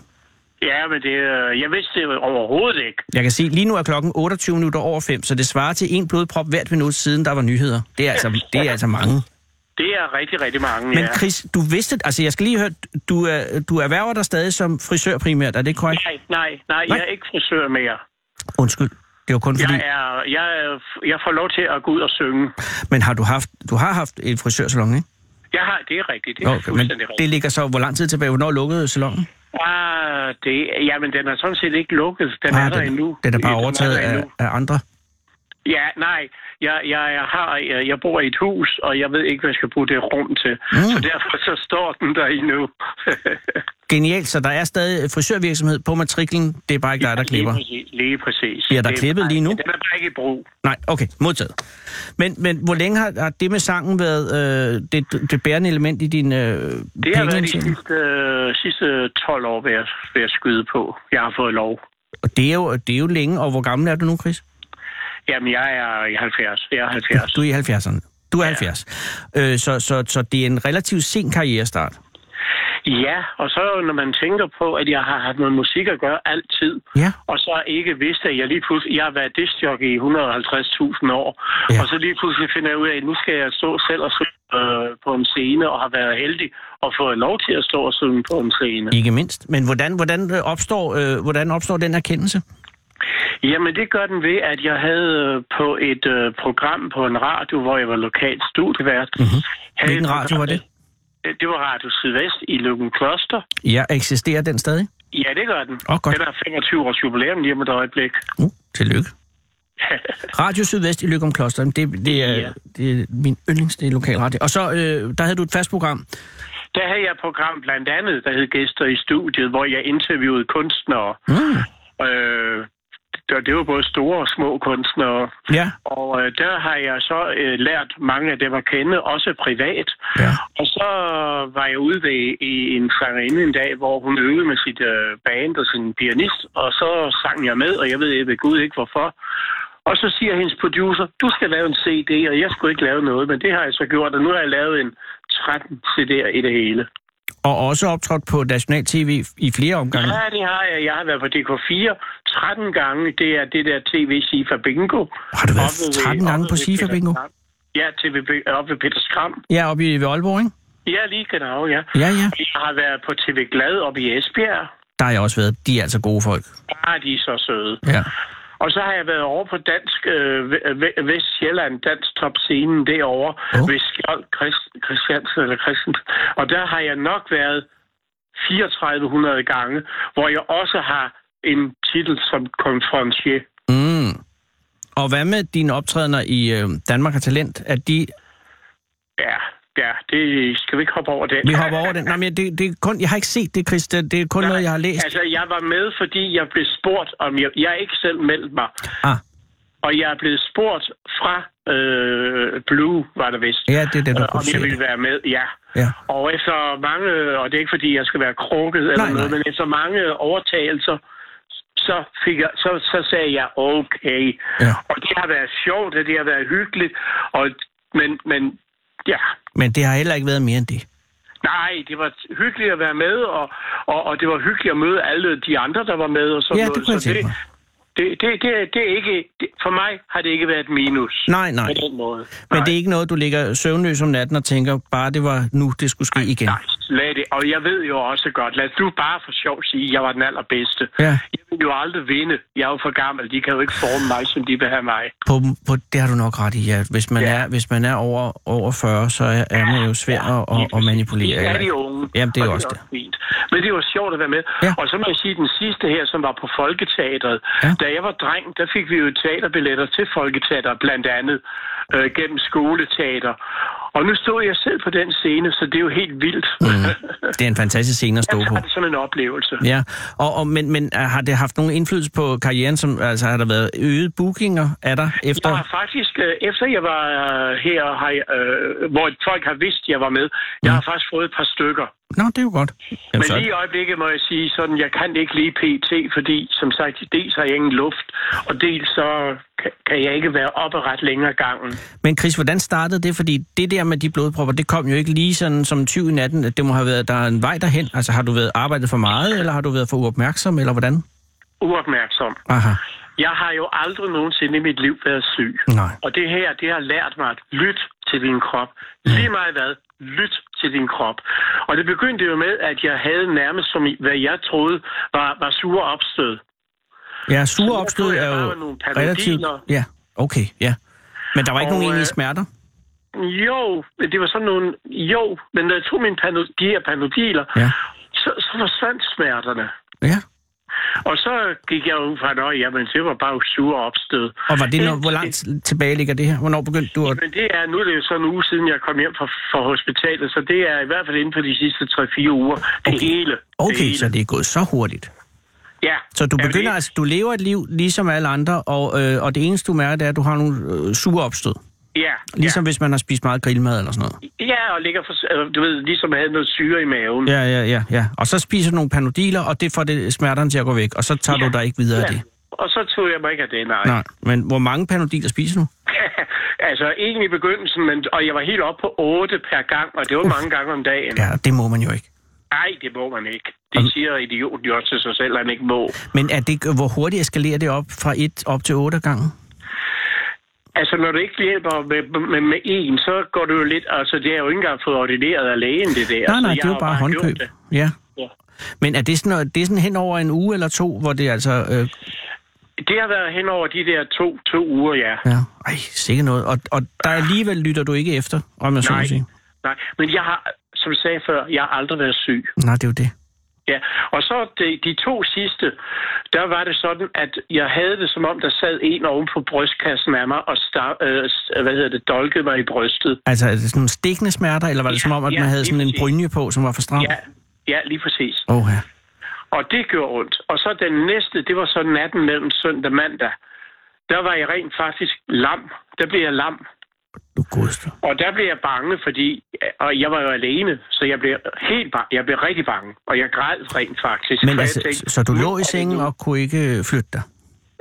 Speaker 1: Ja, men det, øh, jeg vidste det overhovedet ikke.
Speaker 5: Jeg kan sige, lige nu er klokken 28 minutter over 5, så det svarer til en blodprop hvert minut siden, der var nyheder. Det er altså, det er altså mange.
Speaker 1: Det er rigtig, rigtig mange,
Speaker 5: Men
Speaker 1: ja.
Speaker 5: Chris, du vidste, altså jeg skal lige høre, du, er, du erhverver dig stadig som frisør primært, er det korrekt?
Speaker 1: Nej, nej, nej,
Speaker 5: Nej.
Speaker 1: jeg er ikke frisør mere.
Speaker 5: Undskyld, det var kun fordi,
Speaker 1: Jeg, er, jeg, er- jeg får lov til at gå ud og synge.
Speaker 5: men har du haft, du har haft et frisørsalon, ikke?
Speaker 1: Jeg har, det er rigtigt, det er
Speaker 5: Okay,
Speaker 1: okay,
Speaker 5: men
Speaker 1: fuldstændig rigtigt.
Speaker 5: det ligger så, hvor lang tid tilbage, hvornår lukkede salonen?
Speaker 1: Ah, det, jamen, den er sådan set ikke lukket. Den ah, er der
Speaker 5: den,
Speaker 1: endnu.
Speaker 5: den er bare overtaget
Speaker 1: der
Speaker 5: af,
Speaker 1: endnu.
Speaker 5: af, andre.
Speaker 1: Ja, nej. Jeg, jeg, jeg, har, jeg, jeg bor i et hus, og jeg ved ikke, hvad jeg skal bruge det rum til. Mm. Så derfor så står den der endnu.
Speaker 5: Genialt, så der er stadig frisørvirksomhed på matriklen, det er bare ikke dig, der klipper.
Speaker 1: Lige præcis. Lige præcis.
Speaker 5: Bliver der
Speaker 1: Det er
Speaker 5: klippet
Speaker 1: bare-
Speaker 5: lige nu?
Speaker 1: Den er bare ikke i brug.
Speaker 5: Nej, okay, modtaget. Men, men hvor længe har, har det med sangen været øh, det, det bærende element i din øh,
Speaker 1: Det har været de
Speaker 5: pengeindtjening?
Speaker 1: sidste, øh, sidste 12 år, vil jeg, vil jeg skyde på. Jeg har fået lov.
Speaker 5: Og det er, jo, det er jo længe, og hvor gammel er du nu, Chris?
Speaker 1: Jamen, jeg er i 70. Jeg er 70.
Speaker 5: Du er i 70'erne. Du er ja. 70. Øh, så, så, så det er en relativt sen karrierestart.
Speaker 1: Ja, og så når man tænker på, at jeg har haft med musik at gøre altid,
Speaker 5: Ja.
Speaker 1: og så ikke vidste, at jeg lige pludselig, jeg har været discjockey i 150.000 år,
Speaker 5: Ja.
Speaker 1: ja. og så lige pludselig finder jeg ud af, at nu skal jeg stå selv og synge øh, på en scene, og har været heldig og fået lov til at stå og synge på en scene.
Speaker 5: Ikke mindst. Men hvordan, hvordan, øh, opstår, øh, hvordan opstår den erkendelse?
Speaker 1: Jamen, det gør den ved, at jeg havde øh, på et øh, program på en radio, hvor jeg var lokalt studievært. Mm-hmm.
Speaker 5: Mhm. Hvilken radio var det?
Speaker 1: Øh, Det var Radio Sydvest i Løkken Kloster.
Speaker 5: Ja, eksisterer den stadig?
Speaker 1: Ja, det gør den.
Speaker 5: Åh, godt.
Speaker 1: Den har 25 års jubilæum lige om et øjeblik.
Speaker 5: Uh, tillykke. Radio Sydvest i Lykum Kloster, det, det, er,
Speaker 1: Ja.
Speaker 5: det er min yndlings, det er lokalradio. Og så, øh, der havde du et fast program.
Speaker 1: Der havde jeg et program blandt andet, der hed Gæster i studiet, hvor jeg interviewede kunstnere.
Speaker 5: Mm.
Speaker 1: Øh, det- det var både store og små kunstnere.
Speaker 5: Ja,
Speaker 1: Og øh, der har jeg så øh, lært mange af dem at kende, også privat.
Speaker 5: Ja.
Speaker 1: Og så var jeg ude ved, i en sangerinde en dag, hvor hun øvede med sit øh, band og sin pianist, og så sang jeg med, og jeg ved ved Gud ikke hvorfor. Og så siger hendes producer, du skal lave en CD, og jeg skulle ikke lave noget, men det har jeg så gjort, og nu har jeg lavet en 13 CD'er i det hele.
Speaker 5: og også optrådt på National TV i flere omgange.
Speaker 1: Ja, det har jeg. Jeg har været på DK4 13 gange. Det er det der tv Sifa Bingo.
Speaker 5: Har du været
Speaker 1: Oppe ved-
Speaker 5: 13 gange
Speaker 1: oppe
Speaker 5: på
Speaker 1: ved
Speaker 5: Sifa
Speaker 1: Peter
Speaker 5: Bingo?
Speaker 1: Skram. Ja, TV, op ved Peter Skram.
Speaker 5: Ja, oppe i ved Aalborg, ikke?
Speaker 1: Ja, lige genau, ja.
Speaker 5: Ja, ja.
Speaker 1: Jeg har været på TV Glad oppe i Esbjerg.
Speaker 5: Der har jeg også været. De er altså gode folk.
Speaker 1: Bare de er så søde.
Speaker 5: Ja.
Speaker 1: Og så har jeg været over på Dansk øh, Ve- Vestjylland, Dansk Top Scenen derovre,
Speaker 5: Åh.
Speaker 1: oh. ved Skjold Christ, Christiansen eller Christen. Og der har jeg nok været 3400 gange, hvor jeg også har en titel som konferencier.
Speaker 5: Mm. Og hvad med dine optrædener i øh, Danmark har Talent? At de,
Speaker 1: Ja, ja, det skal vi ikke hoppe over den.
Speaker 5: vi hopper over den. Nej, men det, det er kun, jeg har ikke set det, Chris. Det, det er kun Nej,
Speaker 1: Nej,
Speaker 5: noget, jeg har læst.
Speaker 1: Altså, jeg var med, fordi jeg blev spurgt om... Jeg, jeg har ikke selv meldt mig.
Speaker 5: Ah,
Speaker 1: Og jeg er blevet spurgt fra øh, Blue, var det vist.
Speaker 5: ja, det er det,
Speaker 1: øh,
Speaker 5: der
Speaker 1: om jeg
Speaker 5: producerer.
Speaker 1: ville
Speaker 5: det.
Speaker 1: være med, ja.
Speaker 5: Ja.
Speaker 1: Og efter mange, og det er ikke fordi, jeg skal være krukket eller
Speaker 5: Nej,
Speaker 1: noget,
Speaker 5: nej.
Speaker 1: men efter mange overtagelser, så, fik jeg, så, så sagde jeg, okay.
Speaker 5: Ja.
Speaker 1: Og det har været sjovt, og det har været hyggeligt, og, men, men ja,
Speaker 5: Men det har heller ikke været mere end det.
Speaker 1: Nej, det var hyggeligt at være med, og, og, og det var hyggeligt at møde alle de andre, der var med. Og sådan
Speaker 5: Ja, det
Speaker 1: noget.
Speaker 5: kunne jeg
Speaker 1: Så
Speaker 5: tænke
Speaker 1: det,
Speaker 5: mig.
Speaker 1: det, det, det, det er ikke, det, for mig har det ikke været et minus.
Speaker 5: Nej, nej.
Speaker 1: På den måde.
Speaker 5: Men det er ikke noget, du ligger søvnløs om natten og tænker, bare det var nu, det skulle ske igen.
Speaker 1: Nej, lad det. Og jeg ved jo også godt, lad du bare for sjov sige, at jeg var den allerbedste.
Speaker 5: Ja.
Speaker 1: Jeg vil jo aldrig vinde. Jeg er jo for gammel. De kan jo ikke forme mig, som de vil have mig.
Speaker 5: På, på, det har du nok ret i, ja. Hvis man,
Speaker 1: Ja.
Speaker 5: er, hvis man er over, over 40, så er, er man jo svær at, at, at manipulere.
Speaker 1: Det er de
Speaker 5: ikke?
Speaker 1: unge.
Speaker 5: Jamen, det er
Speaker 1: og
Speaker 5: jo også det.
Speaker 1: fint. Men det var sjovt at være med.
Speaker 5: Ja.
Speaker 1: Ja. Og så må jeg sige, den sidste her, som var på Folketeatret.
Speaker 5: Ja.
Speaker 1: Ja. Da jeg var dreng, der fik vi jo teaterbilletter til Folketeatret, blandt andet øh, gennem skoleteater. Og nu stod jeg selv på den scene, så det er jo helt vildt. Mm.
Speaker 5: Det er en fantastisk scene at
Speaker 1: jeg
Speaker 5: stå på.
Speaker 1: tager det som en oplevelse.
Speaker 5: Mhm. Ja, og, og, men, men øh, har det haft nogen indflydelse på karrieren? Som, altså, har der været øget bookinger af dig efter?
Speaker 1: Jeg har faktisk, øh, efter jeg var øh, her, har jeg, øh, hvor folk har vidst, jeg var med,
Speaker 5: Mhm.
Speaker 1: jeg har faktisk fået et par stykker.
Speaker 5: Nå, det er jo godt. Jamen,
Speaker 1: Men
Speaker 5: så,
Speaker 1: lige i øjeblikket må jeg sige sådan, jeg kan ikke lige PT, fordi som sagt, dels har jeg ingen luft, og dels så kan- kan jeg ikke være oppe ret længere ad gangen.
Speaker 5: men Chris, hvordan startede det? Fordi det der med de blodpropper, det kom jo ikke lige sådan som 20 i natten. Det må have været, der er en vej derhen. Altså, har du været arbejdet for meget, eller har du været for uopmærksom, eller hvordan?
Speaker 1: Uopmærksom.
Speaker 5: Aha,
Speaker 1: Jeg har jo aldrig nogensinde i mit liv været syg.
Speaker 5: nej.
Speaker 1: Og det her, det har lært mig at lytte til din krop. Lige meget hvad, lyt til din krop. Og det begyndte jo med, at jeg havde nærmest, som i- hvad jeg troede, var, var sure opstød.
Speaker 5: Ja,
Speaker 1: Så
Speaker 5: sure
Speaker 1: jeg
Speaker 5: opstød
Speaker 1: troede,
Speaker 5: er
Speaker 1: jeg bare
Speaker 5: jo
Speaker 1: var nogle Panodil
Speaker 5: relativt...
Speaker 1: og-
Speaker 5: Ja, okay, ja. Men der var ikke
Speaker 1: Og,
Speaker 5: nogen egentlige
Speaker 1: øh,
Speaker 5: smerter?
Speaker 1: Jo, men det var sådan nogle, jo, men når jeg tog mine pano- de her panodiler,
Speaker 5: Ja.
Speaker 1: så, så forsvandt smerterne.
Speaker 5: Ja.
Speaker 1: Og så gik jeg ud fra, at jamen, det var bare sure opstød.
Speaker 5: Og var det, når, hvor
Speaker 1: Indtil-
Speaker 5: langt tilbage ligger det her? Hvornår begyndte du at...
Speaker 1: Men det er, nu er det jo så en uge siden, jeg kom hjem fra, fra hospitalet, så det er i hvert fald inden for de sidste 3-4 uger. Det
Speaker 5: Okay.
Speaker 1: hele. det
Speaker 5: Okay,
Speaker 1: hele.
Speaker 5: så det er gået så hurtigt.
Speaker 1: Ja.
Speaker 5: Så du
Speaker 1: Ja, men
Speaker 5: begynder
Speaker 1: det-
Speaker 5: altså, du lever et liv ligesom alle andre, og, øh, og det eneste du mærker, det er, at du har nogle øh, sure opstød.
Speaker 1: Ja,
Speaker 5: Ligesom ja. hvis man har spist meget grillmad eller sådan noget.
Speaker 1: ja. ja, og ligger for, øh, du ved, ligesom havde noget syre i maven.
Speaker 5: Ja, ja, ja, ja. Og så spiser du nogle panodiler, og det får det smerterne til at gå væk, og så tager ja. du dig ikke videre ja. af det.
Speaker 1: Og så tog jeg mig ikke af det, nej.
Speaker 5: Nej, men hvor mange panodiler spiser du?
Speaker 1: altså, egentlig i begyndelsen, men, og jeg var helt oppe på 8 per gang, og det var mange gange om dagen.
Speaker 5: Ja, det må man jo ikke.
Speaker 1: Nej, det må man ikke. Det siger idioten jo også til sig selv, at han ikke må.
Speaker 5: Men er det, hvor hurtigt eskalerer det op fra 1 op til 8 gange?
Speaker 1: Altså, når det ikke hjælper med, med, med en, så går det jo lidt... Altså, det er jo ikke engang fået ordineret af lægen, det der.
Speaker 5: Nej,
Speaker 1: Så
Speaker 5: nej,
Speaker 1: altså, jeg
Speaker 5: det er jo
Speaker 1: har
Speaker 5: bare
Speaker 1: gjort
Speaker 5: håndkøb.
Speaker 1: det.
Speaker 5: Ja.
Speaker 1: Ja.
Speaker 5: Men er det sådan, det er sådan hen over en uge eller to, hvor det altså... Øh,
Speaker 1: Det har været hen over de der to, to uger, ja.
Speaker 5: ja, ej, sikkert noget. Og, og der alligevel lytter du ikke efter, om jeg så må
Speaker 1: Nej.
Speaker 5: sige.
Speaker 1: Nej, men jeg har, som jeg sagde før, jeg har aldrig været syg.
Speaker 5: Nej, det er jo det.
Speaker 1: Ja, og så de, de to sidste, der var det sådan, at jeg havde det som om, der sad en oven på brystkassen af mig og star, øh, s- hvad hedder det, dolkede mig i brystet.
Speaker 5: Altså, er det sådan nogle stikkende smerter, eller var det
Speaker 1: Ja,
Speaker 5: som om, at
Speaker 1: ja,
Speaker 5: man havde
Speaker 1: lige
Speaker 5: sådan en
Speaker 1: præcis.
Speaker 5: brynje på, som var for stram?
Speaker 1: Ja, ja, lige præcis.
Speaker 5: Åh, ja.
Speaker 1: Og det gjorde ondt. Og så den næste, det var så natten mellem søndag og mandag. Der var jeg rent faktisk lam. Der blev jeg lam.
Speaker 5: Du godeste.
Speaker 1: Og der blev jeg bange, fordi og jeg var jo alene, så jeg blev helt bange. Jeg blev rigtig bange, og jeg græd rent faktisk.
Speaker 5: Men
Speaker 1: for
Speaker 5: altså,
Speaker 1: jeg tænkte,
Speaker 5: så du
Speaker 1: "Nu
Speaker 5: lå
Speaker 1: er
Speaker 5: i
Speaker 1: det
Speaker 5: sengen
Speaker 1: nu."
Speaker 5: og kunne ikke øh, flytte dig?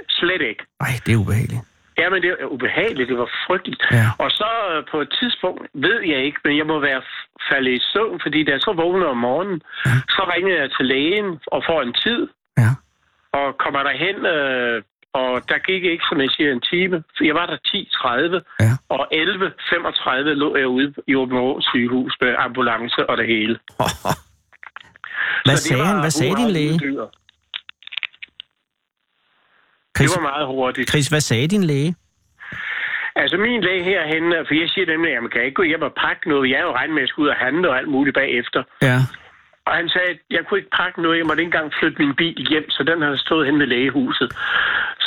Speaker 1: Slet ikke.
Speaker 5: Nej, det er ubehageligt.
Speaker 1: Ja, men det var ubehageligt, det var frygteligt.
Speaker 5: Ja.
Speaker 1: Og så øh, på et tidspunkt, ved jeg ikke, men jeg må være f- faldet i søvn, fordi da jeg så vågnede om morgenen, så ringede jeg til lægen og får en tid,
Speaker 5: Ja.
Speaker 1: og kommer derhen, øh, og der gik ikke, som jeg siger, en time. For Jeg var der 10.30,
Speaker 5: Ja.
Speaker 1: og 11.35 lå jeg ude i Åben Aarhus sygehus med ambulance og det hele.
Speaker 5: Hvad
Speaker 1: Så det
Speaker 5: sagde
Speaker 1: var
Speaker 5: han? Hvad sagde din
Speaker 1: hurra,
Speaker 5: læge?
Speaker 1: ude i dyret. Det
Speaker 5: Chris,
Speaker 1: var meget hurtigt.
Speaker 5: Chris, hvad sagde din læge?
Speaker 1: Altså min læge herhen, for jeg siger nemlig, at man kan ikke gå hjem og pakke noget. Jeg er jo regnet med, at jeg skulle ud og handle og alt muligt bagefter.
Speaker 5: Ja.
Speaker 1: Og han sagde, at jeg kunne ikke pakke noget. Jeg måtte ikke engang flytte min bil hjem, så den havde stået hen ved lægehuset.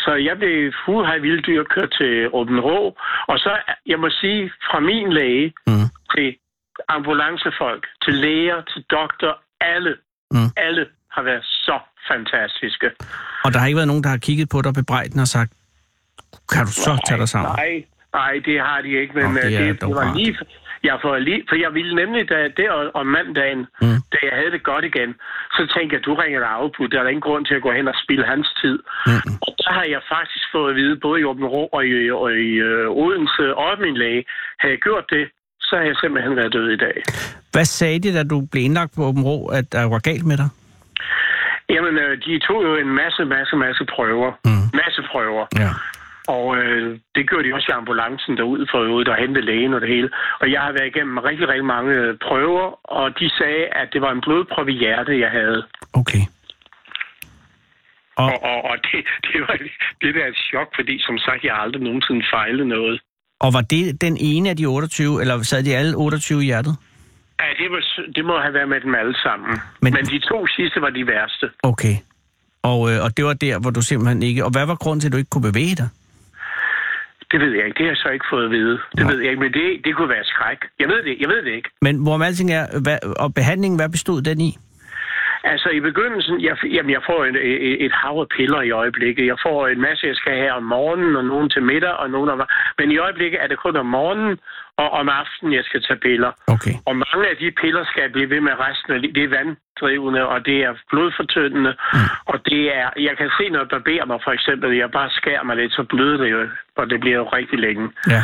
Speaker 1: Så jeg blev fuldhej vilddyr kørt til Åben Rå. Og så, jeg må sige, fra min læge
Speaker 5: Mm.
Speaker 1: til ambulancefolk, til læger, til doktor, alle,
Speaker 5: Mm.
Speaker 1: mm. alle har været så fantastiske.
Speaker 5: Og der har ikke været nogen, der har kigget på dig bebrejdende og sagt, kan du så tage dig sammen?
Speaker 1: Nej, nej, det har de ikke, men
Speaker 5: Nå,
Speaker 1: Nå,
Speaker 5: det
Speaker 1: det,
Speaker 5: er
Speaker 1: det,
Speaker 5: dog
Speaker 1: det var
Speaker 5: rart.
Speaker 1: lige... Jeg får lige, for jeg ville nemlig da, der om mandagen,
Speaker 5: Mm.
Speaker 1: mm. da jeg havde det godt igen, så tænkte jeg, du ringer dig afbud, der er der ingen grund til at gå hen og spille hans tid.
Speaker 5: Mm.
Speaker 1: Og der har jeg faktisk fået at vide, både i Åben Rå og i, og i øh, Odense og min læge, havde jeg gjort det, så havde jeg simpelthen været død i dag.
Speaker 5: Hvad sagde de, da du blev indlagt på Åben Rå, at der var galt med dig?
Speaker 1: Jamen, øh, de tog jo en masse, masse, masse prøver.
Speaker 5: Mm.
Speaker 1: Masse prøver.
Speaker 5: Ja.
Speaker 1: Og øh, det gjorde de også i ambulancen derude for øvrigt og hente lægen og det hele. Og jeg har været igennem rigtig, rigtig mange øh, prøver, og de sagde, at det var en blodprøve i hjertet, jeg havde.
Speaker 5: Okay.
Speaker 1: Og, og, og det, det var det der er et chok, fordi som sagt, jeg har aldrig nogensinde fejlet noget.
Speaker 5: Og var det den ene af de 28, eller sad de alle 28 i hjertet?
Speaker 1: Ja, det, var, det må have været med dem alle sammen.
Speaker 5: Men-
Speaker 1: Men, Men de to sidste var de værste.
Speaker 5: Okay. Og, øh, og det var der, hvor du simpelthen ikke... Og hvad var grunden til, at du ikke kunne bevæge dig?
Speaker 1: Det ved jeg ikke. Det har jeg så ikke fået at vide. Det ved jeg ikke, men det, det kunne være skræk. Jeg ved det, jeg ved det ikke.
Speaker 5: Men hvor alting er, hvad, og behandlingen, hvad bestod den i?
Speaker 1: Altså i begyndelsen, jeg, jamen, jeg får en, et, et hav af piller i øjeblikket. Jeg får en masse, jeg skal have om morgenen, og nogen til middag, og nogen om... Men i øjeblikket er det kun om morgenen, og om aftenen, jeg skal tage piller.
Speaker 5: Okay.
Speaker 1: Og mange af de piller skal jeg blive ved med resten af livet. Det er vanddrivende, og det er blodfortyndende, mm. og det er... Jeg kan se, når jeg barberer mig, for eksempel, jeg bare skærer mig lidt, så bløder det jo, og det bliver jo rigtig længe.
Speaker 5: Ja.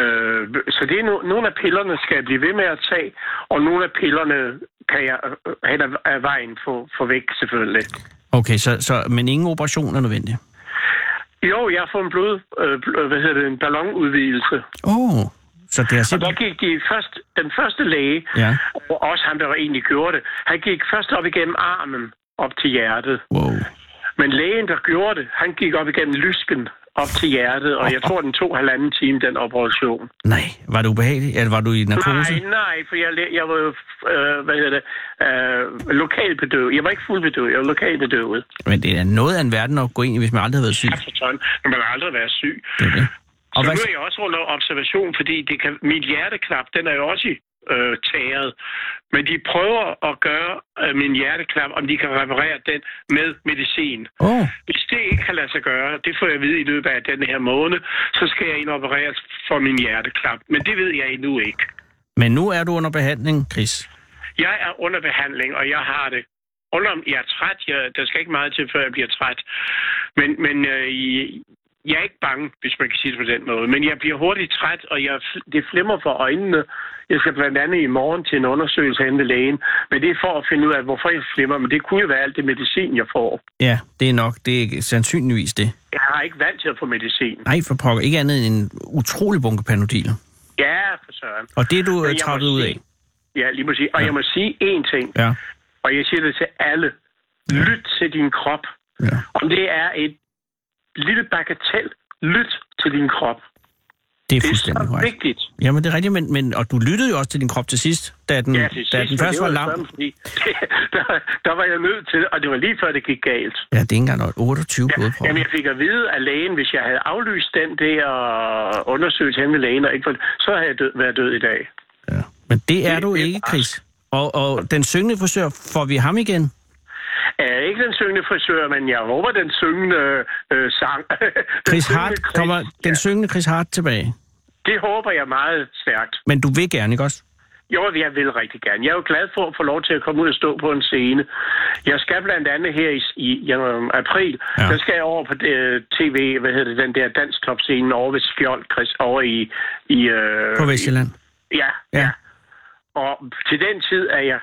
Speaker 1: Øh, så det er no, nogle af pillerne skal jeg blive ved med at tage, og nogle af pillerne kan jeg øh, hen ad- ad vejen få, få væk selvfølgelig.
Speaker 5: Okay, så, så, men ingen operation er nødvendig?
Speaker 1: Jo, jeg har fået en blod, øh, bl- øh, hvad hedder det, en ballonudvidelse.
Speaker 5: Åh, oh, så det er
Speaker 1: Og der
Speaker 5: simpelthen...
Speaker 1: gik de først, den første læge,
Speaker 5: Ja.
Speaker 1: og også ham, der egentlig gjorde det, han gik først op igennem armen op til hjertet.
Speaker 5: Wow.
Speaker 1: Men lægen, der gjorde det, han gik op igennem lysken op til hjertet, og jeg tror, den tog halvanden time, den operation.
Speaker 5: Nej, var det ubehageligt? Eller var du i narkose?
Speaker 1: Nej, nej, for jeg, læ- jeg var jo, øh, hvad hedder det, øh, lokalbedøvet. Jeg var ikke fuldbedøvet, jeg var lokalbedøvet.
Speaker 5: Men det er noget af en verden at gå ind i, hvis man aldrig har været syg.
Speaker 1: Ja, for sådan. Altså, Men man har aldrig været syg.
Speaker 5: Det er det. Og
Speaker 1: Og så
Speaker 5: hvad,
Speaker 1: nu er jeg også under observation, fordi det kan, mit hjerteklap, den er jo også øh, tæret. Men de prøver at gøre øh, min hjerteklap, om de kan reparere den med medicin.
Speaker 5: oh,
Speaker 1: Hvis det ikke kan lade sig gøre, det får jeg at vide i løbet af den her måned, så skal jeg ind og opereres for min hjerteklap. Men det ved jeg endnu ikke.
Speaker 5: men nu er du under behandling, Chris.
Speaker 1: Jeg er under behandling, og jeg har det. Under, jeg er træt. Jeg, der skal ikke meget til, før jeg bliver træt. Men, men øh, i- jeg er ikke bange, hvis man kan sige det på den måde, men jeg bliver hurtigt træt, og jeg, det flimmer for øjnene. Jeg skal blandt andet i morgen til en undersøgelse hen ved lægen, men det er for at finde ud af, hvorfor jeg flimmer, men det kunne jo være alt det medicin, jeg får.
Speaker 5: Ja, det er nok. Det er ikke- sandsynligvis det.
Speaker 1: Jeg har ikke vant til at få medicin.
Speaker 5: Nej, for pokker. Ikke andet end en utrolig bunke panodiler.
Speaker 1: Ja, for søren.
Speaker 5: Og det er du
Speaker 1: Men
Speaker 5: øh,
Speaker 1: jeg må
Speaker 5: træt ud af.
Speaker 1: sige- Ja, lige må sige. Og jeg må sige én ting,
Speaker 5: Ja.
Speaker 1: og jeg siger det til alle. Lyt til din krop.
Speaker 5: ja.
Speaker 1: Om det er et lille bagatel, lyt til din krop.
Speaker 5: Det er
Speaker 1: Det er
Speaker 5: fuldstændig
Speaker 1: så
Speaker 5: korrekt.
Speaker 1: vigtigt.
Speaker 5: Jamen, det er rigtigt, men, men, og du lyttede jo også til din krop til sidst, da den,
Speaker 1: Ja,
Speaker 5: ja, Mm.
Speaker 1: til
Speaker 5: da
Speaker 1: sidst,
Speaker 5: den
Speaker 1: men
Speaker 5: først
Speaker 1: det
Speaker 5: var
Speaker 1: jo
Speaker 5: lam.
Speaker 1: sådan, fordi det, der, der var jeg nødt til, og det var lige før, det gik galt.
Speaker 5: Ja, det er ikke engang noget. 28 ja, blodprøver.
Speaker 1: Jamen, jeg fik at vide af lægen, hvis jeg havde aflyst den der undersøgelse hen ved lægen, og ikke for, så havde jeg død, været død i dag.
Speaker 5: Ja. Men det er
Speaker 1: Det-
Speaker 5: du
Speaker 1: det er
Speaker 5: ikke,
Speaker 1: bare-
Speaker 5: Chris. Og, og den syngende frisør, får vi ham igen?
Speaker 1: Jeg er ikke den syngende frisør, men jeg håber den syngende øh, sang. den
Speaker 5: Chris
Speaker 1: syngende
Speaker 5: Hart kommer den
Speaker 1: Ja,
Speaker 5: syngende Chris Hart tilbage.
Speaker 1: det håber jeg meget stærkt.
Speaker 5: Men du vil gerne, ikke også?
Speaker 1: Jo, jeg vil rigtig gerne. Jeg er jo glad for at få lov til at komme ud og stå på en scene. Jeg skal blandt andet her i, i januar, april,
Speaker 5: Ja.
Speaker 1: ja. der skal jeg over på øh, tv, hvad hedder det, den der danstopscenen over ved Skjold, Chris, over i... i øh,
Speaker 5: På Vestjylland.
Speaker 1: I, ja,
Speaker 5: Ja.
Speaker 1: ja. Og til den tid er jeg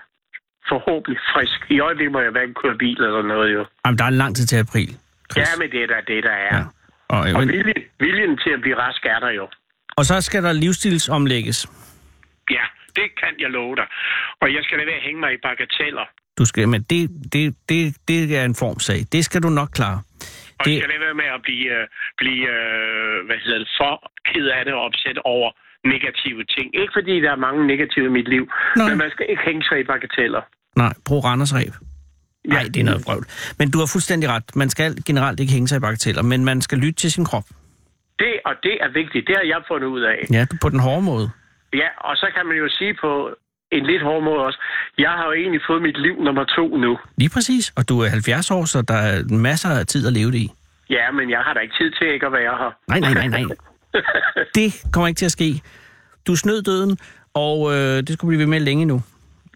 Speaker 1: forhåbentlig frisk. I øjeblikket må jeg hverken køre bil eller noget, jo.
Speaker 5: Jamen, der er lang tid til april, Chris.
Speaker 1: Ja, men det er da det, der er.
Speaker 5: Ja.
Speaker 1: Ja.
Speaker 5: Og,
Speaker 1: Og
Speaker 5: men,
Speaker 1: viljen, viljen til at blive rask er der jo.
Speaker 5: og så skal der livsstilsomlægges.
Speaker 1: Ja, det kan jeg love dig. Og jeg skal lade være at hænge mig i bagateller.
Speaker 5: Du skal, men det, det, det, det er en formsag. Det skal du nok klare.
Speaker 1: Og det...
Speaker 5: Det,
Speaker 1: skal det være med at blive, øh, blive øh, hvad hedder det, for ked af det og opsat over negative ting. Ikke fordi der er mange negative i mit liv,
Speaker 5: Nej.
Speaker 1: Nej. men man skal ikke hænge sig i bagateller.
Speaker 5: nej, brug Randers Ræb.
Speaker 1: Ja.
Speaker 5: Nej, det er noget vrøvl. Men du har fuldstændig ret. Man skal generelt ikke hænge sig i bagateller, men man skal lytte til sin krop.
Speaker 1: Det, og det er vigtigt. Det har jeg fundet ud af.
Speaker 5: Ja, på den hårde måde.
Speaker 1: Ja, og så kan man jo sige på en lidt hård måde også, jeg har jo egentlig fået mit liv nummer to nu.
Speaker 5: Lige præcis. Og du er 70 år, så der er masser af tid at leve det i.
Speaker 1: Ja, men jeg har da ikke tid til ikke at være her.
Speaker 5: Nej, nej, nej, nej. Det kommer ikke til at ske. Du snød døden, og øh, det skulle blive ved med længe nu.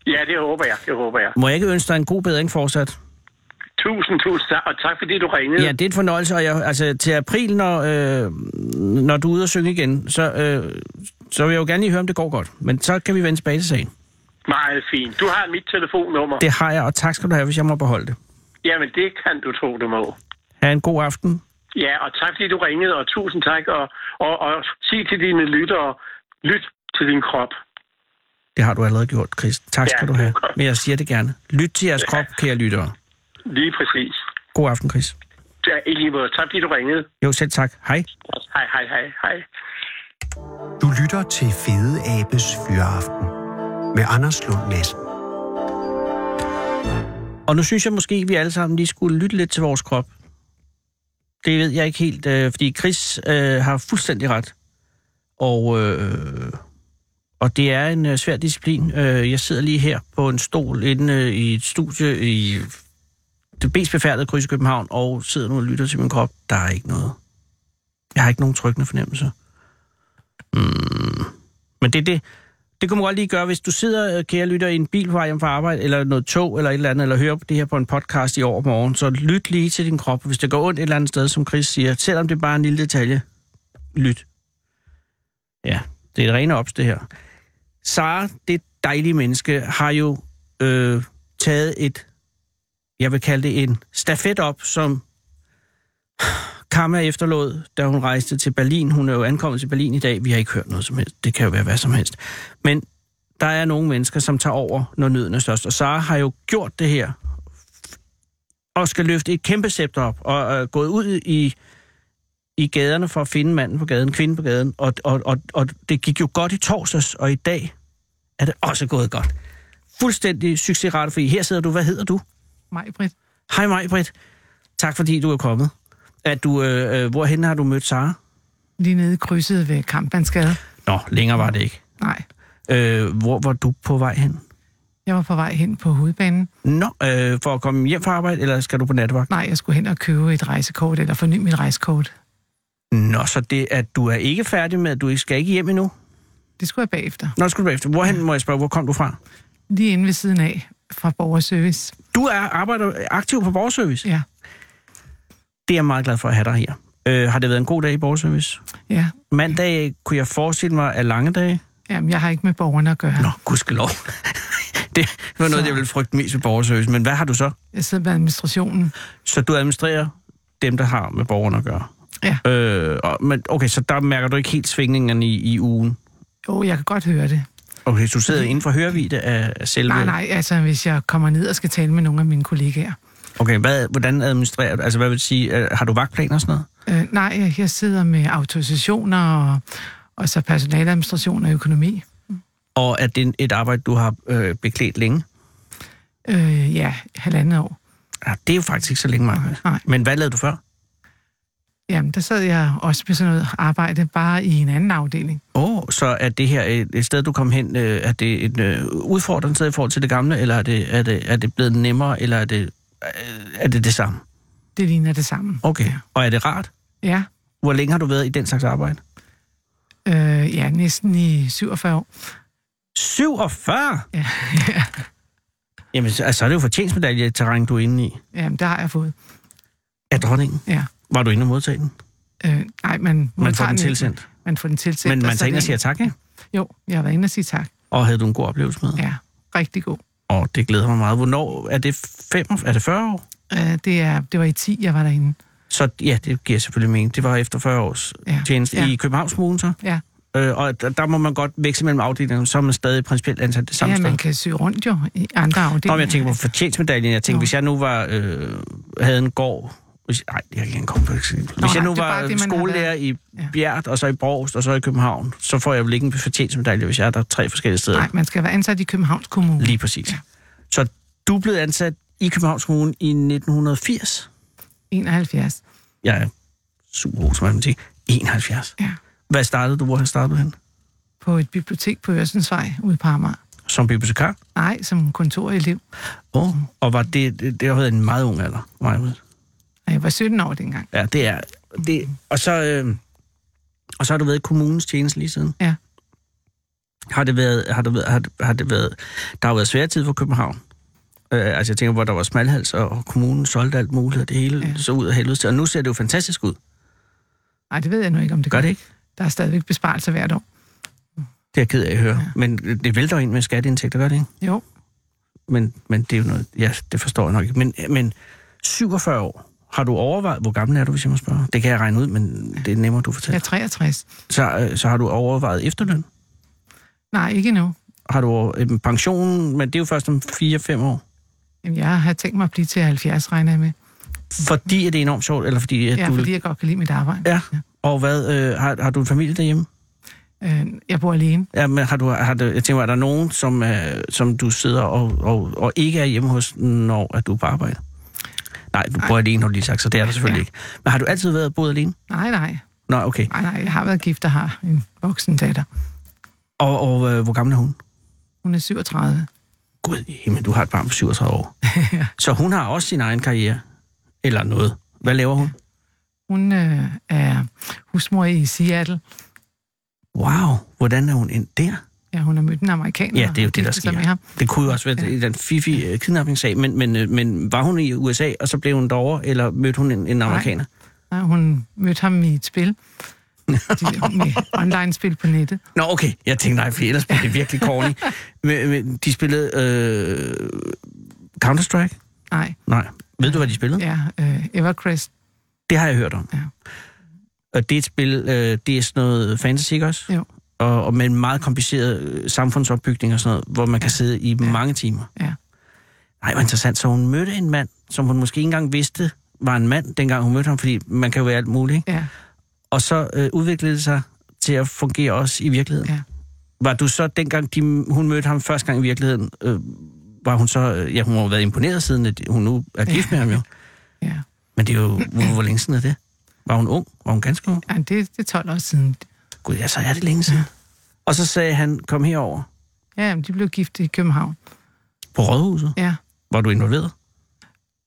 Speaker 1: Ja, det håber jeg. Det håber jeg.
Speaker 5: Må jeg ikke ønske dig en god bedring fortsat?
Speaker 1: Tusind, tusind tak, og tak fordi du ringede.
Speaker 5: Ja, det er en fornøjelse, og jeg, altså, til april, når, øh, når du er ude og synge igen, så, øh, så vil jeg jo gerne lige høre, om det går godt. Men så kan vi vende tilbage til sagen.
Speaker 1: Meget fint. Du har mit telefonnummer. Det...
Speaker 5: Det har jeg, og tak skal du have, hvis jeg må beholde det.
Speaker 1: Jamen, det kan du tro, du må.
Speaker 5: Ha' en god aften.
Speaker 1: Ja, og tak fordi du ringede, og tusind tak. Og, og, og sig til dine lyttere, lyt til din krop.
Speaker 5: Det har du allerede gjort, Chris. Tak skal
Speaker 1: Ja,
Speaker 5: du have.
Speaker 1: det er godt.
Speaker 5: Men jeg siger det gerne. Lyt til jeres krop, kære lyttere.
Speaker 1: Lige præcis.
Speaker 5: God aften, Chris.
Speaker 1: Ja, i lige måde. Tak fordi du ringede.
Speaker 5: Jo, selv tak. Hej.
Speaker 1: Hej, hej, hej, hej.
Speaker 3: Du lytter til Fede Abes Fyraften med Anders Lund Madsen.
Speaker 5: Og nu synes jeg måske, vi alle sammen lige skulle lytte lidt til vores krop. Det ved jeg ikke helt, øh, fordi Chris øh, har fuldstændig ret. Og, øh, og det er en øh, svær disciplin. Øh, jeg sidder lige her på en stol inde øh, i et studie i det bedst befærdede kryds i København, og sidder nu og lytter til min krop. Der er ikke noget. Jeg har ikke nogen trykkende fornemmelse. Mm. Men det er det. Det kunne man godt lige gøre, hvis du sidder, øh, kære lytter, i en bil på vej hjem fra arbejde, eller noget tog, eller et eller andet, eller hører det her på en podcast i overmorgen, så lyt lige til din krop. Hvis det går ondt et eller andet sted, som Chris siger, selvom det er bare en lille detalje, lyt. Ja, det er et rene ops, det her. Sara, det dejlige menneske, har jo øh, taget et, jeg vil kalde det en stafet op, som Kamma efterlod, da hun rejste til Berlin. Hun er jo ankommet til Berlin i dag. Vi har ikke hørt noget som helst. Det kan jo være hvad som helst. Men der er nogle mennesker, som tager over, når nøden er størst. Og Sara har jo gjort det her, og skal løfte et kæmpe scepter op, og er gået ud i, i gaderne for at finde manden på gaden, kvinden på gaden. Og, og, og, og det gik jo godt i torsdags, og i dag er det også gået godt. Fuldstændig succesrate, fordi her sidder du. Hvad hedder du?
Speaker 6: Maj, Britt.
Speaker 5: Hej mig, Britt. Tak fordi du er kommet. At du, øh, øh, hvorhen har du mødt Sara?
Speaker 6: Lige nede i krydset ved Kampmandsgade.
Speaker 5: Nå, længere var det ikke.
Speaker 6: Nej,
Speaker 5: Øh, hvor var du på vej hen?
Speaker 6: jeg var på vej hen på hovedbanen.
Speaker 5: Nå, øh, for at komme hjem fra arbejde, eller skal du på nattevagt?
Speaker 6: Nej, jeg skulle hen og købe et rejsekort, eller forny mit rejsekort.
Speaker 5: Nå, så det, at du er ikke færdig med, at du ikke skal ikke hjem endnu?
Speaker 6: Det skulle jeg bagefter.
Speaker 5: Nå, skal du bagefter. Hvorhen må jeg spørge, hvor kom du fra?
Speaker 6: Lige inde ved siden af fra borgerservice.
Speaker 5: Du er arbejder aktiv på borgerservice.
Speaker 6: Ja,
Speaker 5: Det er jeg meget glad for at have dig her. Øh, har det været en god dag i borgerservice?
Speaker 6: Ja.
Speaker 5: Mandag kunne jeg forestille mig af lange dage.
Speaker 6: Jamen, jeg har ikke med borgerne at gøre.
Speaker 5: Nå, gudskelov. det var noget,
Speaker 6: Så-
Speaker 5: jeg ville frygte mest ved borgerservice. Men hvad har du så?
Speaker 6: Jeg sidder med administrationen.
Speaker 5: Så du administrerer dem, der har med borgerne at gøre?
Speaker 6: Ja.
Speaker 5: Øh, og, men, okay, så der mærker du ikke helt svingningerne i, i ugen?
Speaker 6: Jo, jeg kan godt høre det.
Speaker 5: Okay, så du sidder inden for hørevidde af, af selve...
Speaker 6: Nej, nej, altså hvis jeg kommer ned og skal tale med nogle af mine kollegaer.
Speaker 5: Okay, hvad, hvordan administrerer du? Altså, hvad vil det sige? øh, Har du vagtplaner og sådan noget?
Speaker 6: Øh, nej, jeg- jeg sidder med autorisationer og, og så personaladministration og økonomi.
Speaker 5: Og er det et arbejde, du har øh, beklædt længe?
Speaker 6: Øh, ja, halvandet år.
Speaker 5: Ja, det er jo faktisk ikke så længe, Markus.
Speaker 6: Nej.
Speaker 5: Men hvad lavede du før?
Speaker 6: Jamen, der sad jeg også med sådan noget arbejde, bare i en anden afdeling.
Speaker 5: Åh, oh, så er det her et, et sted, du kom hen, øh, er det et øh, udfordrende sted i forhold til det gamle, eller er det, er det, er det blevet nemmere, eller er det, øh, er det det samme?
Speaker 6: Det ligner det samme.
Speaker 5: Okay.
Speaker 6: Ja.
Speaker 5: Og er det rart?
Speaker 6: Ja,
Speaker 5: Hvor længe har du været i den slags arbejde?
Speaker 6: øh, ja næsten i 47 år.
Speaker 5: 47?
Speaker 6: Ja,
Speaker 5: Jamen, så, altså, så er det jo fortjenstmedaljeterræn, du er inde i.
Speaker 6: Jamen, det har jeg fået.
Speaker 5: Af dronningen.
Speaker 6: Ja.
Speaker 5: Var du inde og modtage den?
Speaker 6: Øh, nej, man, man,
Speaker 5: Man får
Speaker 6: tager
Speaker 5: den
Speaker 6: ikke.
Speaker 5: tilsendt.
Speaker 6: Man får den tilsendt.
Speaker 5: Men
Speaker 6: og
Speaker 5: man
Speaker 6: så
Speaker 5: tager
Speaker 6: er
Speaker 5: ind
Speaker 6: det
Speaker 5: og siger
Speaker 6: en-
Speaker 5: tak, ja?
Speaker 6: Jo, jeg har været inde og sige tak.
Speaker 5: Og havde du en god oplevelse med?
Speaker 6: Ja, rigtig god.
Speaker 5: Og det glæder mig meget. Hvornår er det, fem, er det 40 år?
Speaker 6: Øh, det, er, det var i 10, jeg var derinde.
Speaker 5: Så ja, det giver selvfølgelig mening. Det var efter 40 års
Speaker 6: Ja.
Speaker 5: tjeneste
Speaker 6: Ja.
Speaker 5: i Københavns Kommune, så?
Speaker 6: Ja,
Speaker 5: Øh, og der, der må man godt veksle mellem afdelingerne, så er man stadig principielt ansat det samme
Speaker 6: ja
Speaker 5: ja, sted.
Speaker 6: man kan søge rundt jo i andre
Speaker 5: Nå,
Speaker 6: afdelinger.
Speaker 5: men jeg tænker på fortjenstmedaljen. Jeg tænker,
Speaker 6: Nå.
Speaker 5: hvis jeg nu var, øh, havde en gård... Hvis, nej, jeg kan ikke komme på et eksempel. Hvis
Speaker 6: nej,
Speaker 5: jeg nu
Speaker 6: det er
Speaker 5: var
Speaker 6: bare det, man har
Speaker 5: skolelærer i
Speaker 6: Ja.
Speaker 5: Bjert, og så i Brogst, og så i København, så får jeg vel ikke en fortjenstmedalje, hvis jeg er der tre forskellige steder.
Speaker 6: Nej, man skal være ansat i Københavns Kommune.
Speaker 5: Lige præcis. Ja. Så du blev ansat i Københavns Kommune i 1980.
Speaker 6: 71.
Speaker 5: Jeg er super god til matematik. 71.
Speaker 6: Ja.
Speaker 5: Hvad startede du? Hvor startede du hen?
Speaker 6: På et bibliotek på Ørsensvej ude på Amager.
Speaker 5: Som bibliotekar?
Speaker 6: Nej, som kontorelev.
Speaker 5: Oh. Og var det, det, det har været en meget ung alder, mig ud.
Speaker 6: Og Jeg var 17 år dengang.
Speaker 5: Ja, det er... Det, og, så, øh, og så har du været i kommunens tjeneste lige siden?
Speaker 6: Ja.
Speaker 5: Har det været... Har det været, har det, har det været der har været svære tid for København. Øh, altså, jeg tænker, hvor der var smalhals, og, og kommunen solgte alt muligt, og det hele ja.
Speaker 6: Ja.
Speaker 5: så ud af helvede til. Og nu ser det jo fantastisk ud.
Speaker 6: Nej, det ved jeg nu ikke, om det
Speaker 5: Gør det ikke?
Speaker 6: Der er stadigvæk besparelser hvert år.
Speaker 5: Det er jeg ked af at høre. Ja.
Speaker 6: Ja.
Speaker 5: Men det vælter ind med skatteindtægter, gør det ikke?
Speaker 6: Jo,
Speaker 5: Men, men det er jo noget... Ja, det forstår jeg nok ikke. Men, men 47 år. Har du overvejet... Hvor gammel er du, hvis jeg må spørge? Det kan jeg regne ud, men det er nemmere, du
Speaker 6: jeg
Speaker 5: fortæller.
Speaker 6: er 63.
Speaker 5: Så, øh, så har du overvejet efterløn?
Speaker 6: Nej, ikke endnu.
Speaker 5: har du øh, pensionen, men det er jo først om 4-5 år.
Speaker 6: Jamen, jeg har tænkt mig at blive til 70, regner jeg med.
Speaker 5: Fordi at det er enormt sjovt, eller fordi at
Speaker 6: Ja,
Speaker 5: du...
Speaker 6: fordi jeg godt kan lide mit arbejde.
Speaker 5: Ja. Og hvad, øh, har, har du en familie derhjemme?
Speaker 6: Øh, jeg bor alene.
Speaker 5: Ja, men har du, har du, jeg tænker, er der nogen, som, øh, som du sidder og, og, og ikke er hjemme hos, når at du er på arbejde? Nej, du bor alene, har du lige sagt, så det er der selvfølgelig ja.
Speaker 6: Ja.
Speaker 5: ikke. Men har du altid været boet alene?
Speaker 6: Nej, nej.
Speaker 5: Nå, okay.
Speaker 6: Nej, nej, jeg har været gift og har en voksen datter.
Speaker 5: Og, og øh, hvor gammel er hun?
Speaker 6: Hun er 37.
Speaker 5: Gud i himmel, du har et barn på 37 år. Så hun har også sin egen karriere? Eller noget? Hvad laver hun?
Speaker 6: Hun øh, er husmor i Seattle.
Speaker 5: Wow, hvordan er hun ind der?
Speaker 6: Ja, hun har mødt en amerikaner.
Speaker 5: Ja, det er jo
Speaker 6: og
Speaker 5: det, der
Speaker 6: giftet sig
Speaker 5: sker.
Speaker 6: Med ham.
Speaker 5: Det kunne jo også være ja. den fifi øh, kidnappingssag, men, men, øh, men var hun i USA, og så blev hun derovre, eller mødte hun en, en amerikaner?
Speaker 6: Nej, hun mødte ham i et spil. De, med online-spil på nettet.
Speaker 5: Nå, okay. Jeg tænkte, nej, for ellers blev det virkelig corny. men, men de spillede øh, Counter-Strike?
Speaker 6: Nej,
Speaker 5: Nej. Ved du, hvad de spillede? Ja.
Speaker 6: ja, øh, Evercrest.
Speaker 5: Det har jeg hørt om.
Speaker 6: Ja.
Speaker 5: Og det er et spil, øh, det er sådan noget fantasy, ikke også?
Speaker 6: Jo,
Speaker 5: Og, og med en meget kompliceret øh, samfundsopbygning og sådan noget, hvor man kan sidde i mange timer.
Speaker 6: ja.
Speaker 5: Nej, hvor interessant. Så hun mødte en mand, som hun måske ikke engang vidste var en mand, dengang hun mødte ham, fordi man kan jo være alt muligt, ikke?
Speaker 6: Ja,
Speaker 5: Og så øh, udviklede det sig til at fungere også i virkeligheden.
Speaker 6: Ja.
Speaker 5: Var du så, dengang de, hun mødte ham første gang i virkeligheden, øh, var hun så... Øh, ja, hun har jo været imponeret siden, at hun nu er gift med ham jo.
Speaker 6: ja.
Speaker 5: Men det er jo... Hvor, hvor længe siden er det? Var hun ung? Var hun ganske ung?
Speaker 6: ja det, det er 12 år siden.
Speaker 5: Gud, ja, så er det længe siden. Og så sagde han, kom herover
Speaker 6: Ja, jamen, de blev gift i København.
Speaker 5: på rådhuset.
Speaker 6: Ja,
Speaker 5: Var du involveret?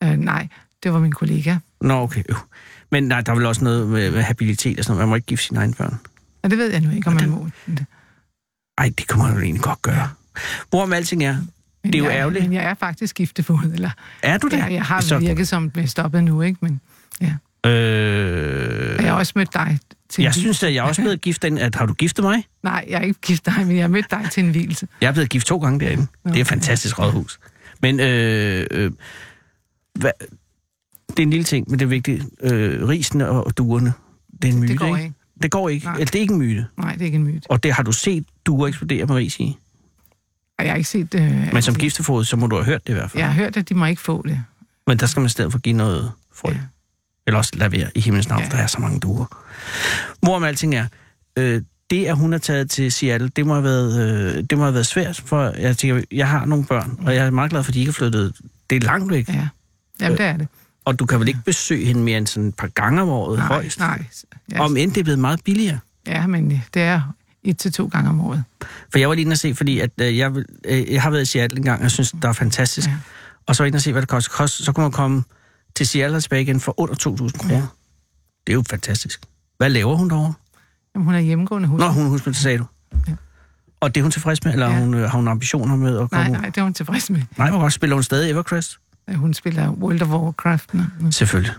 Speaker 6: øh, nej, det var min kollega.
Speaker 5: Nå, okay. Øh. Men nej, der er vel også noget med, med habilitet og sådan noget. Man må ikke gifte sine egne børn.
Speaker 6: Og det ved jeg nu ikke, om man må.
Speaker 5: Ej, det kunne man jo egentlig godt gøre. Hvorom alting er,
Speaker 6: Men
Speaker 5: Det er jo
Speaker 6: jeg,
Speaker 5: ærgerligt.
Speaker 6: Men jeg er faktisk giftefod, eller
Speaker 5: er du det?
Speaker 6: ja, jeg har
Speaker 5: så,
Speaker 6: virket som stoppet nu, ikke? Men ja,
Speaker 5: Øh,
Speaker 6: Og jeg har også mødt dig til en
Speaker 5: jeg
Speaker 6: vi-
Speaker 5: synes, at jeg er også blevet gift den, at har du giftet mig?
Speaker 6: Nej, jeg er ikke gift dig, men jeg har mødt dig til en hvilelse.
Speaker 5: Jeg er blevet gift to gange derinde.
Speaker 6: Nå.
Speaker 5: Det er et fantastisk rådhus. Men øh, øh, hvad, det er en lille ting, men det er vigtigt. Øh, risen og, og duerne, det er en myte,
Speaker 6: Det går
Speaker 5: ikke?
Speaker 6: ikke.
Speaker 5: Det går ikke.
Speaker 6: Nej.
Speaker 5: Eller, det er ikke en myte.
Speaker 6: Nej, det er ikke en myte.
Speaker 5: Og det har du set duer eksplodere med ris i.
Speaker 6: Og jeg har ikke set... Øh,
Speaker 5: Men som giftefod, så må du have hørt det i hvert fald.
Speaker 6: Jeg har hørt, at de må ikke få det.
Speaker 5: Men der skal man i stedet for give noget frø.
Speaker 6: Ja.
Speaker 5: Eller også lade være i himlens navn, ja.
Speaker 6: Ja.
Speaker 5: der er så mange duer. Hvorom alting er, øh, det at hun er taget til Seattle, det må have været, øh, det må have været svært, for jeg tænker, jeg har nogle børn, og jeg er meget glad for, at de ikke er flyttet. Det er langt væk,
Speaker 6: Ja. Jamen, det er det.
Speaker 5: og du kan vel ikke besøge hende mere end sådan et par gange om året
Speaker 6: Nej,
Speaker 5: Øh, højst?
Speaker 6: nej. Ja,
Speaker 5: Om end det er blevet meget billigere.
Speaker 6: ja, men øh, det er et til to gange om året.
Speaker 5: For jeg var lige inde og se, fordi at, øh, jeg, vil- øh, jeg har været i Seattle en gang, og jeg synes, der er fantastisk. Ja.
Speaker 6: Ja.
Speaker 5: Og så var jeg inde og se, hvad det koster. Kost, så kunne man komme til Seattle og tilbage igen for under 2.000 kroner. Ja. Det er jo fantastisk. Hvad laver hun derovre?
Speaker 6: Jamen, hun er hjemmegående hus.
Speaker 5: Nå, hun husker det, sagde du. Ja.
Speaker 6: Ja.
Speaker 5: Og det er hun tilfreds med, eller ja.
Speaker 6: Ja.
Speaker 5: hun, øh, har hun ambitioner med at komme
Speaker 6: nej,
Speaker 5: ud?
Speaker 6: nej, det er hun tilfreds med.
Speaker 5: Nej, hvor godt spiller hun stadig Evercrest?
Speaker 6: Hun spiller World of Warcraft. nu.
Speaker 5: Selvfølgelig.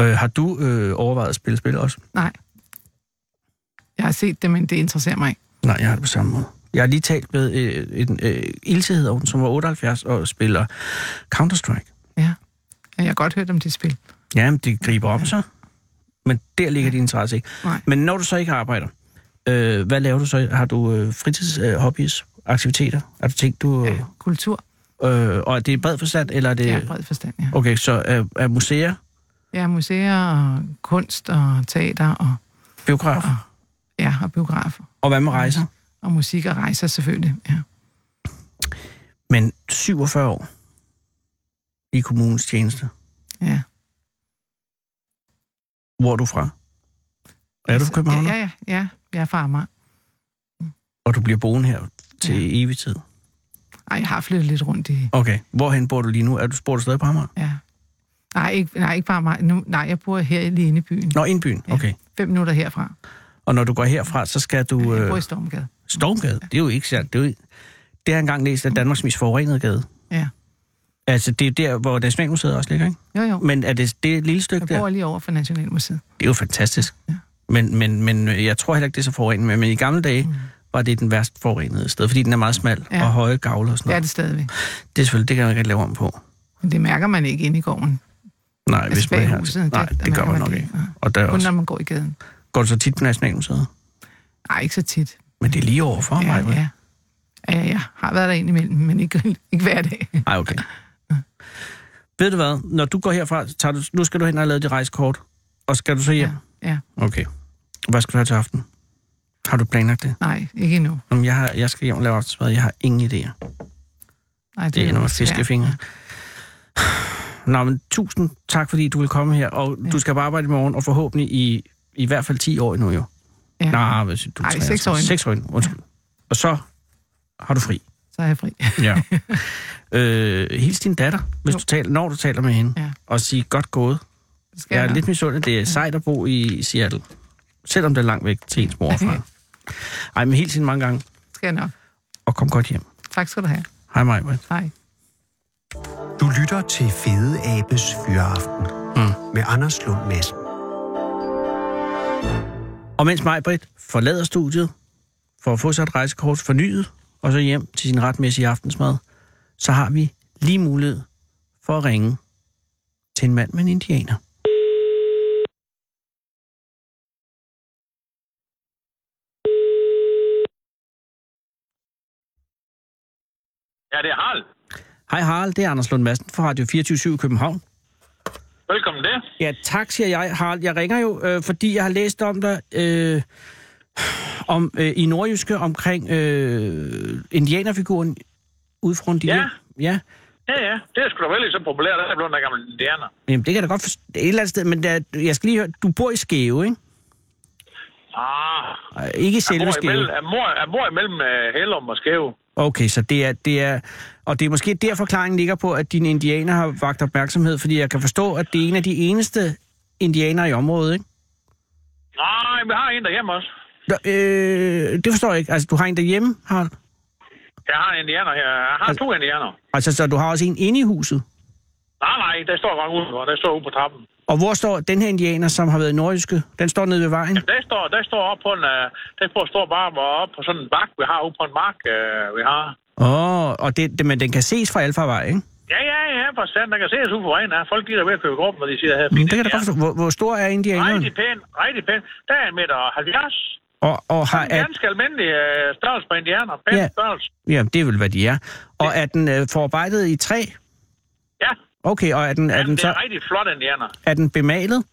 Speaker 5: Ja. Øh, har du øh, overvejet at spille spil også?
Speaker 6: Nej. Jeg har set det, men det interesserer mig ikke.
Speaker 5: Nej, jeg har det på samme måde. Jeg har lige talt med øh, en øh, Ilse, hedder hun, som var 78 og spiller Counter-Strike.
Speaker 6: Ja. Jeg har godt hørt om det spil.
Speaker 5: Jamen, det griber om sig. Men der ligger din interesse ikke.
Speaker 6: Nej.
Speaker 5: Men når du så ikke arbejder, øh, hvad laver du så? Har du øh, fritids, øh, hobbies, aktiviteter? Har du tænkt, du...
Speaker 6: Ja, kultur.
Speaker 5: Øh, og er det i bred forstand, eller er det...
Speaker 6: Det er bred forstand, ja.
Speaker 5: Okay, så er, er museer,
Speaker 6: Ja, museer og kunst og teater og, Ah.
Speaker 5: biografer,
Speaker 6: ja, og biografer.
Speaker 5: og hvad med rejser?
Speaker 6: Og musik og rejser selvfølgelig, ja.
Speaker 5: Men 47 år i kommunens tjeneste.
Speaker 6: ja.
Speaker 5: Hvor er du fra? Er du fra København?
Speaker 6: Altså, Ja, ja, ja. Jeg er fra Amager.
Speaker 5: Og du bliver boende her til ja. evig tid?
Speaker 6: Ej, jeg har flyttet lidt rundt i...
Speaker 5: Okay. Hvorhen bor du lige nu? Er du, bor du stadig på Amager?
Speaker 6: Ja. Nej, ikke, nej, ikke bare Amager. Nu, nej, jeg bor her lige inde i byen.
Speaker 5: Nå, indbyen.
Speaker 6: Ja.
Speaker 5: Okay.
Speaker 6: Fem minutter herfra.
Speaker 5: Og når du går herfra, så skal du...
Speaker 6: Jeg
Speaker 5: Øh,
Speaker 6: bor i Stormgade.
Speaker 5: Stormgade, det er jo ikke særligt. Det, er jo, ikke- det har jeg engang læst, at Danmarks mest forurenede gade.
Speaker 6: Ja.
Speaker 5: Altså, det er der, hvor Nationalmuseet også ligger, ikke?
Speaker 6: Jo, jo.
Speaker 5: Men er det det lille stykke
Speaker 6: Jeg
Speaker 5: der?
Speaker 6: bor lige over for Nationalmuseet.
Speaker 5: Det er jo fantastisk.
Speaker 6: Ja.
Speaker 5: Men, men, men øh, jeg tror heller ikke, det er så forurenet. Men, men i gamle dage mm. var det den værst forurenede sted, fordi den er meget smal ja.
Speaker 6: Ja.
Speaker 5: og høje gavle og sådan
Speaker 6: Det er
Speaker 5: noget.
Speaker 6: det stadigvæk.
Speaker 5: Det, det er selvfølgelig, det kan man ikke lave om på.
Speaker 6: Men det mærker man ikke inde i gården.
Speaker 5: Nej,
Speaker 6: Altså,
Speaker 5: hvis man er
Speaker 6: bag
Speaker 5: her.
Speaker 6: huset,
Speaker 5: nej,
Speaker 6: der- der
Speaker 5: det gør
Speaker 6: mærker
Speaker 5: man
Speaker 6: man
Speaker 5: nok
Speaker 6: det.
Speaker 5: ikke.
Speaker 6: Nej.
Speaker 5: Og der er
Speaker 6: Kun når
Speaker 5: også,
Speaker 6: man går i gaden.
Speaker 5: går du så tit på Nationalmuseet?
Speaker 6: Nej, ikke så tit.
Speaker 5: Men det er lige overfor
Speaker 6: Ja,
Speaker 5: mig.
Speaker 6: ja. ja, ja, jeg har været der indimellem, men ikke, ikke hver dag.
Speaker 5: Ej, okay. Ved du hvad? Når du går herfra, så tager du, nu skal du hen og lave dit rejsekort. Og skal du så hjem?
Speaker 6: Ja,
Speaker 5: Okay. Hvad skal du have til aften? Har du planlagt det?
Speaker 6: nej, ikke endnu.
Speaker 5: Jamen, jeg, har, jeg skal hjem og lave aftensmad. Jeg har ingen idéer.
Speaker 6: Nej,
Speaker 5: Det er
Speaker 6: jo
Speaker 5: nogle
Speaker 6: Mm, svært.
Speaker 5: fiskefingre. Nå, men tusind tak, fordi du vil komme her. Og ja. du skal bare arbejde i morgen, og forhåbentlig i, i hvert fald 10 år endnu jo.
Speaker 6: Ja,
Speaker 5: Ja. Nej, hvis du er
Speaker 6: Ej,
Speaker 5: 63.
Speaker 6: seks år endnu.
Speaker 5: Seks år endnu, undskyld. Ja. Og så har du fri.
Speaker 6: så er jeg fri.
Speaker 5: Ja. øh, hils din datter, hvis
Speaker 6: Jo.
Speaker 5: du taler, når du taler med hende.
Speaker 6: Ja.
Speaker 5: Og sig godt gået.
Speaker 6: Det skal
Speaker 5: Jeg er
Speaker 6: nok.
Speaker 5: lidt misundelig. Det er sejt at bo i Seattle. Selvom det er langt væk til ens mor og far. Ej, men helt sin mange gange.
Speaker 6: Skal jeg nok.
Speaker 5: Og kom godt hjem.
Speaker 6: Tak skal du have.
Speaker 5: Hej, Maja.
Speaker 6: Hej.
Speaker 3: Du lytter til Fede Abes Fyraften
Speaker 5: Hmm.
Speaker 3: mm. med Anders Lund Madsen.
Speaker 5: Og mens Majbrit forlader studiet for at få sig et rejsekort fornyet, og så hjem til sin retmæssige aftensmad, så har vi lige mulighed for at ringe til en mand med en indianer.
Speaker 1: Ja, det er Harald.
Speaker 5: Hej Harald, det er Anders Lund Madsen fra Radio 24 i København.
Speaker 1: Velkommen der.
Speaker 5: Ja, tak siger jeg, Harald. Jeg ringer jo, øh, fordi jeg har læst om dig øh, om, øh, i Nordjyske omkring øh, indianerfiguren ud fra en
Speaker 1: Ja.
Speaker 5: dialog. Ja.
Speaker 1: Ja, ja. Det er sgu da vel ikke så populært, at jeg blev den gamle indianer.
Speaker 5: Jamen, det kan jeg da godt forstå. Et eller andet sted, men der, jeg skal lige høre, du bor i Skæve, ikke?
Speaker 1: Ah,
Speaker 5: Ej, Ikke i
Speaker 1: jeg
Speaker 5: selve
Speaker 1: bor imellem,
Speaker 5: Skæve.
Speaker 1: jeg bor, jeg bor imellem
Speaker 7: øh,
Speaker 1: uh, Hellum og Skæve.
Speaker 5: Okay, så det er, det er... Og det er måske der forklaringen ligger på, at dine indianer har vagt opmærksomhed, fordi jeg kan forstå, at det er en af de eneste indianer i området, ikke?
Speaker 1: Nej, vi har en derhjemme også.
Speaker 5: Nå, øh, det forstår jeg ikke. Altså, du har en derhjemme, Harald?
Speaker 1: Jeg har en indianer her. Jeg har to indianer.
Speaker 5: Altså, så du har også en inde i huset?
Speaker 1: Nej, nej, der står godt udenfor. Der står ude på trappen.
Speaker 5: Og hvor står den her indianer, som har været nordjyske? Den står nede ved vejen.
Speaker 7: Jamen, den står, den står op på en, øh, den står, står bare op på sådan en bak, vi har ude på en mark, øh, vi har.
Speaker 5: Åh, oh, og det, det, men den kan ses fra Alfarvej, ikke?
Speaker 7: Ja, ja, ja, for sand, der kan ses ude på vejen her. Folk de er ved at købe gruppen, når de siger her.
Speaker 5: Men det kan jeg da godt forstå. Hvor, hvor stor er indianeren?
Speaker 7: Rigtig pæn, rigtig pæn. Der er en meter 70.
Speaker 5: Og, og har,
Speaker 7: En
Speaker 5: er,
Speaker 7: ganske almindelig øh, størrelse på indianer. Pæn
Speaker 5: Ja.
Speaker 7: ja. størrelse.
Speaker 5: ja, det er vel, hvad de er. Og er den øh, forarbejdet i træ?
Speaker 7: Ja,
Speaker 5: Okay, og er den, er
Speaker 7: er
Speaker 5: den,
Speaker 7: det er
Speaker 5: så,
Speaker 7: rigtig flot indianer.
Speaker 5: er den bemalet?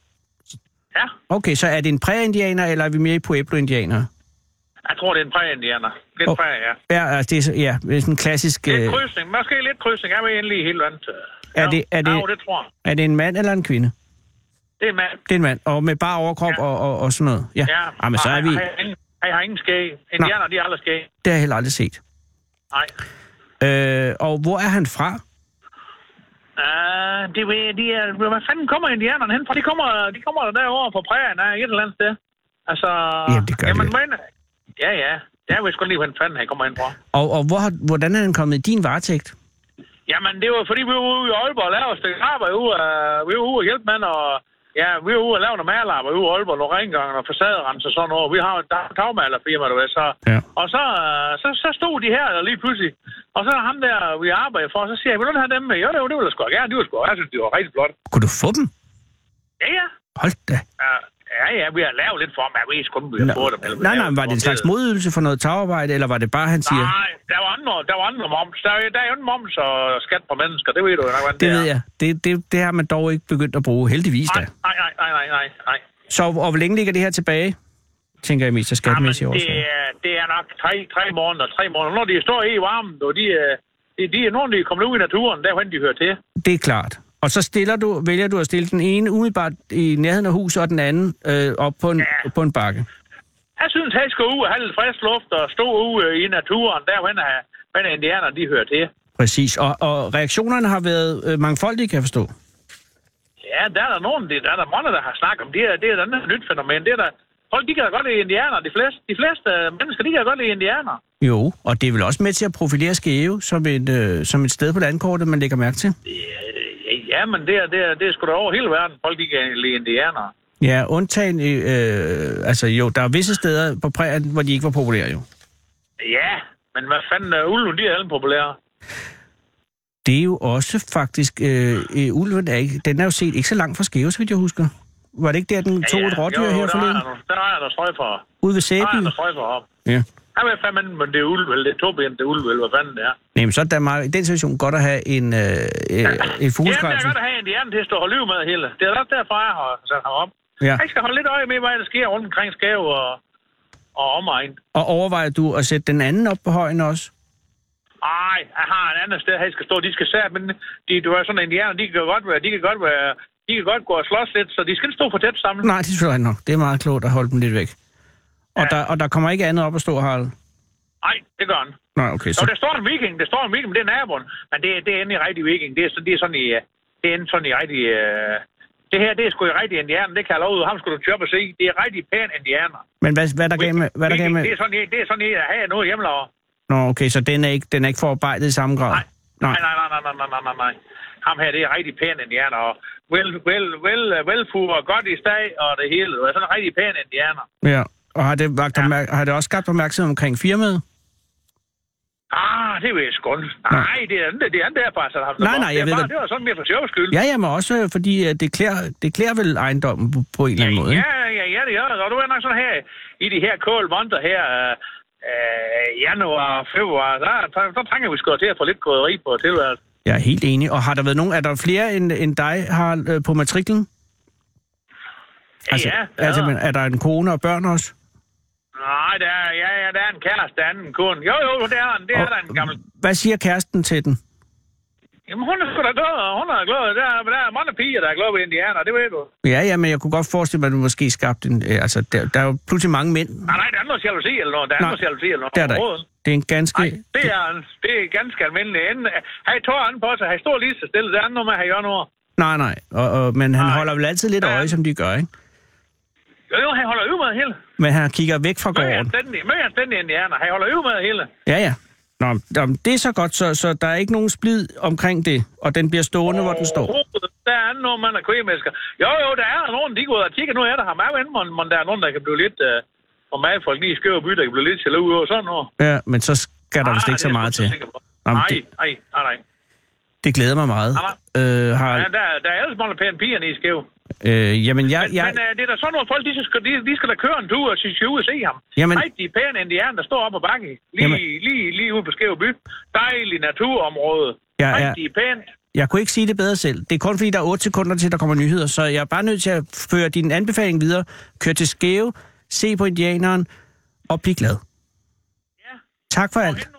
Speaker 7: Ja,
Speaker 5: Okay, så er det en præ-indianer, eller er vi mere i Pueblo-indianer?
Speaker 7: jeg tror, det er en præ-indianer. Lidt
Speaker 5: Åh.
Speaker 7: oh. præ, ja.
Speaker 5: Ja, altså, det er, så- ja, det er sådan en klassisk...
Speaker 7: Lidt
Speaker 5: Øh,
Speaker 7: krydsning. Måske lidt krydsning. Jeg ved egentlig lige helt andet.
Speaker 5: Er det- er det-
Speaker 7: Ja, jo, det tror jeg.
Speaker 5: er det en mand eller en kvinde?
Speaker 7: Det er en mand.
Speaker 5: Det er en mand, og med bare overkrop ja. og, og, og sådan noget. Ja,
Speaker 7: Ja.
Speaker 5: Ah, men så er vi...
Speaker 7: Jeg har ingen, jeg har ingen skæg. Indianer, de har aldrig skæg.
Speaker 5: Det har jeg heller aldrig set.
Speaker 7: Nej.
Speaker 5: Øh, og hvor er han fra?
Speaker 7: Uh, de, ved- de er, hvad fanden kommer indianerne hen fra? De kommer, de kommer derovre på prærien af et eller andet sted. Altså...
Speaker 5: Jamen, det gør de.
Speaker 7: Men, ja, ja. Jeg ved sgu lige, hvor fanden han kommer hen fra.
Speaker 5: Og, og hvor, har- hvordan er han kommet i din varetægt?
Speaker 7: Jamen, det var fordi, vi var ude i Aalborg og lavede et stykke arbejde ude, øh, vi var ude og hjælpe med, og ja, vi var ude og lave noget malerarbejde ude i Aalborg, nogle rengang og facaderens og sådan noget. Vi har jo et tag- tagmalerfirma, du ved, så...
Speaker 5: Ja.
Speaker 7: Og så, øh, så, så stod de her og lige pludselig, og så ham der, vi arbejder for, så siger jeg, vil du have dem med? Jo, det, det ville jeg sgu gerne, det var sgu, jeg synes, de var rigtig flot.
Speaker 5: Kunne du få dem?
Speaker 7: Ja, ja,
Speaker 5: Hold da.
Speaker 7: Ja, ja, ja, vi har lavet lidt for ham. Jeg ved sgu ikke, om vi har fået dem. eller vi
Speaker 5: nej,
Speaker 7: har
Speaker 5: nej, men var det en slags modydelse for noget tagarbejde, eller var det bare, han siger?
Speaker 7: øh, Nej, der var andre, der var andre moms. Der, er- der er jo en moms og skat på mennesker, det ved du jo nok, hvordan
Speaker 5: Det ved jeg. Det, det, det har man dog ikke begyndt at bruge, heldigvis da.
Speaker 7: Nej, nej, nej, nej, nej, nej, nej.
Speaker 5: Så og hvor længe ligger det her tilbage? Tænker jeg mest af
Speaker 7: Jamen,
Speaker 5: skattemæssige
Speaker 7: det,
Speaker 5: årsager.
Speaker 7: er, det er nok tre, tre måneder, tre måneder. Når de står i varmen, og de, er- de, de er nogen, de er kommet ud i naturen, der hvor de hører til.
Speaker 5: Det er klart. Og så stiller du, vælger du at stille den ene umiddelbart i nærheden af huset, og den anden øh, op på en, ja.
Speaker 7: Ja.
Speaker 5: på en bakke.
Speaker 7: Jeg synes, han skal ud og have lidt frisk luft og stå ude øh, i naturen, der hvor hvor indianerne, de hører til.
Speaker 5: Præcis. Og, og reaktionerne har været øh, mangfoldige, kan jeg forstå.
Speaker 7: Ja, der er der nogen, det, der er der mange, der har snakket om. Det er, det er et andet nyt fænomen. Det er der, folk, de kan da godt lide indianer. De fleste, de fleste øh, mennesker, de kan da godt lide indianer.
Speaker 5: Jo, og det er vel også med til at profilere Skæve som et, øh, som et sted på landkortet, man lægger mærke til.
Speaker 7: Ja, Ja, men det er, det er, det er sgu da over hele verden. Folk, de kan lide indianer.
Speaker 5: Ja, undtagen... i, Øh, altså jo, der er visse steder på prærien, hvor de ikke var populære jo.
Speaker 7: Ja, men hvad fanden, uh, ulven, de er alle populære.
Speaker 5: Det er jo også faktisk... Øh, øh, ulven er ikke, den er jo set ikke så langt fra Skæve, så vidt jeg husker. Var det ikke der, den tog et rådyr
Speaker 7: jo,
Speaker 5: her
Speaker 7: der
Speaker 5: forleden?
Speaker 7: er der- Der er der strøg for.
Speaker 5: Ude ved
Speaker 7: Der er
Speaker 5: Sæby?
Speaker 7: der strøg for op.
Speaker 5: Ja.
Speaker 7: Ja, hvad fanden, men det er ulv, vel? Det er tobenet, det er ulv, vel? Hvad fanden det er?
Speaker 5: Nej, men så er det da meget, i den situation godt at have en, øh, øh, en
Speaker 7: Ja, det er
Speaker 5: fugleskræmsel.
Speaker 7: godt at have indianer til at stå og holde liv med hele. Det er også derfor, jeg har sat ham op.
Speaker 5: Ja.
Speaker 7: Jeg skal holde lidt øje med, hvad der sker rundt omkring Skæv og, og omegn.
Speaker 5: Og overvejer du at sætte den anden op på højen også?
Speaker 7: Ej, jeg har en anden sted, jeg skal stå. De skal sætte, men de, du er sådan en indianer, de kan godt være, de kan godt være, de kan godt gå og slås lidt, så de skal ikke stå for tæt sammen.
Speaker 5: Nej, det synes jeg nok. Det er meget klogt at holde dem lidt væk. Og, ja. der, og der kommer ikke andet op at stå, Harald?
Speaker 7: Nej, det gør han.
Speaker 5: Nej, okay.
Speaker 7: Så
Speaker 5: Så,
Speaker 7: der står en viking, der står en viking, men det er naboen. Men det, er- det er inde i rigtig viking. Det er, så- det er sådan i, øh, det er inde sådan i rigtig... Øh, det her, det er sgu i rigtig indianer, det kan jeg love ud. Ham skulle du tjøre på se. Det er rigtig pæn indianer.
Speaker 5: men hvad, hvad er der gav med... Hvad er der gav
Speaker 7: Viking,
Speaker 5: med?
Speaker 7: Det er sådan, en- det er sådan, en, jeg har noget hjemmelover.
Speaker 5: Nå, okay, så den er ikke, den er ikke forarbejdet i samme grad?
Speaker 7: Nej. Nej, nej, nej, nej, nej, nej, nej, nej, nej. Ham her, det er rigtig pæn indianer, og vel, vel, vel, velfuger og godt i stag, og det hele. Det er sådan en rigtig pæn indianer.
Speaker 5: Ja. Og har det, vagt ja. har det også skabt opmærksomhed omkring firmaet?
Speaker 7: Ah, det vil jeg sgu ikke. Nej, det er andet, det er andet derfor, altså. der har-
Speaker 5: Nej, nej, jeg
Speaker 7: det er
Speaker 5: ved
Speaker 7: bare,
Speaker 5: det.
Speaker 7: det. var sådan mere for sjov skyld.
Speaker 5: Ja, ja, men også øh, fordi øh, det klæder, det klæder vel ejendommen på, på en eller anden måde, ikke?
Speaker 7: ja, ja, ja, det gør det. Og du er nok sådan her, i de her kolde måneder her, øh, øh, januar, februar, der, der, der trænger vi sgu til at få lidt krydderi på tilværelsen.
Speaker 5: Jeg er helt enig. Og har der været nogen, er der flere end, end dig, Harald, øh, på matriklen? Altså,
Speaker 7: ja,
Speaker 5: altså, men er der en kone og børn også?
Speaker 7: Nej, der er, ja, ja, der er en kæreste, der er en kone. Jo, jo, det er, en- det er
Speaker 5: Og-
Speaker 7: der en gammel
Speaker 5: Hvad siger kæresten til den?
Speaker 7: Jamen, hun er sgu da glad, og hun er glad. Der, er- der er mange piger, der er glade ved indianer, det ved du.
Speaker 5: Ja, ja, men jeg kunne godt forestille mig, at du måske skabte en... øh, Altså, der, der er jo pludselig mange mænd.
Speaker 7: Nej, Ah, nej, der er noget jalousi eller noget. Der er
Speaker 5: Nej,
Speaker 7: noget jalousi eller noget.
Speaker 5: Det er der
Speaker 7: overhovedet.
Speaker 5: ikke. Det er en ganske...
Speaker 7: Nej, det er, det er ganske almindeligt. Enten, øh, han tår an på sig, han står lige så stille. Det er noget med, at han gør noget.
Speaker 5: Nej, nej. Og, og, men han
Speaker 7: Nej.
Speaker 5: holder vel altid lidt
Speaker 7: Ja.
Speaker 5: øje, som de gør, ikke?
Speaker 7: Jo, jo, han holder øje med hele.
Speaker 5: Men han kigger væk fra
Speaker 7: Møg
Speaker 5: gården.
Speaker 7: anstændig, møg anstændig indianer. Han holder øje med hele.
Speaker 5: Ja, ja. Nå, men- nå, men det er så godt, så, så der er ikke nogen splid omkring det, og den bliver stående, hvor den står.
Speaker 7: Overhovedet. Der er andre, når man er kvægmennesker. Jo, jo, der er nogen, de går ud og kigger nu efter ham. Jeg ved, men, men der er nogen, der kan blive lidt... Øh, og mig folk lige i skøre by, der kan blive lidt til ud over sådan noget. Ah,
Speaker 5: Ja, men så skal der vist ikke så meget til.
Speaker 7: Nej,
Speaker 5: Jamen,
Speaker 7: nej,
Speaker 5: det,
Speaker 7: nej, nej.
Speaker 5: det glæder mig meget, øh,
Speaker 7: Ja,
Speaker 5: Harald.
Speaker 7: der, der er ellers mange pæne piger nede i skæv.
Speaker 5: Øh, jamen, jeg,
Speaker 7: Jeg...
Speaker 5: jeg,
Speaker 7: Men øh, det er da sådan nogle folk, de skal, de, de skal da køre en tur og sige, skal ud og se ham.
Speaker 5: Jamen-
Speaker 7: Jamen... Nej, de er pæne indianer, der står oppe på bakken. Lige,
Speaker 5: Jamen-
Speaker 7: lige, lige ude på Skæve by. Dejlig naturområde.
Speaker 5: Ja,
Speaker 7: Nej,
Speaker 5: ja.
Speaker 7: de er pæne.
Speaker 5: jeg kunne ikke sige det bedre selv. Det er kun fordi, der er 8 sekunder til, der kommer nyheder, så jeg er bare nødt til at føre din anbefaling videre. Kør til Skæve, se på indianeren og bliv glad. Tak for alt.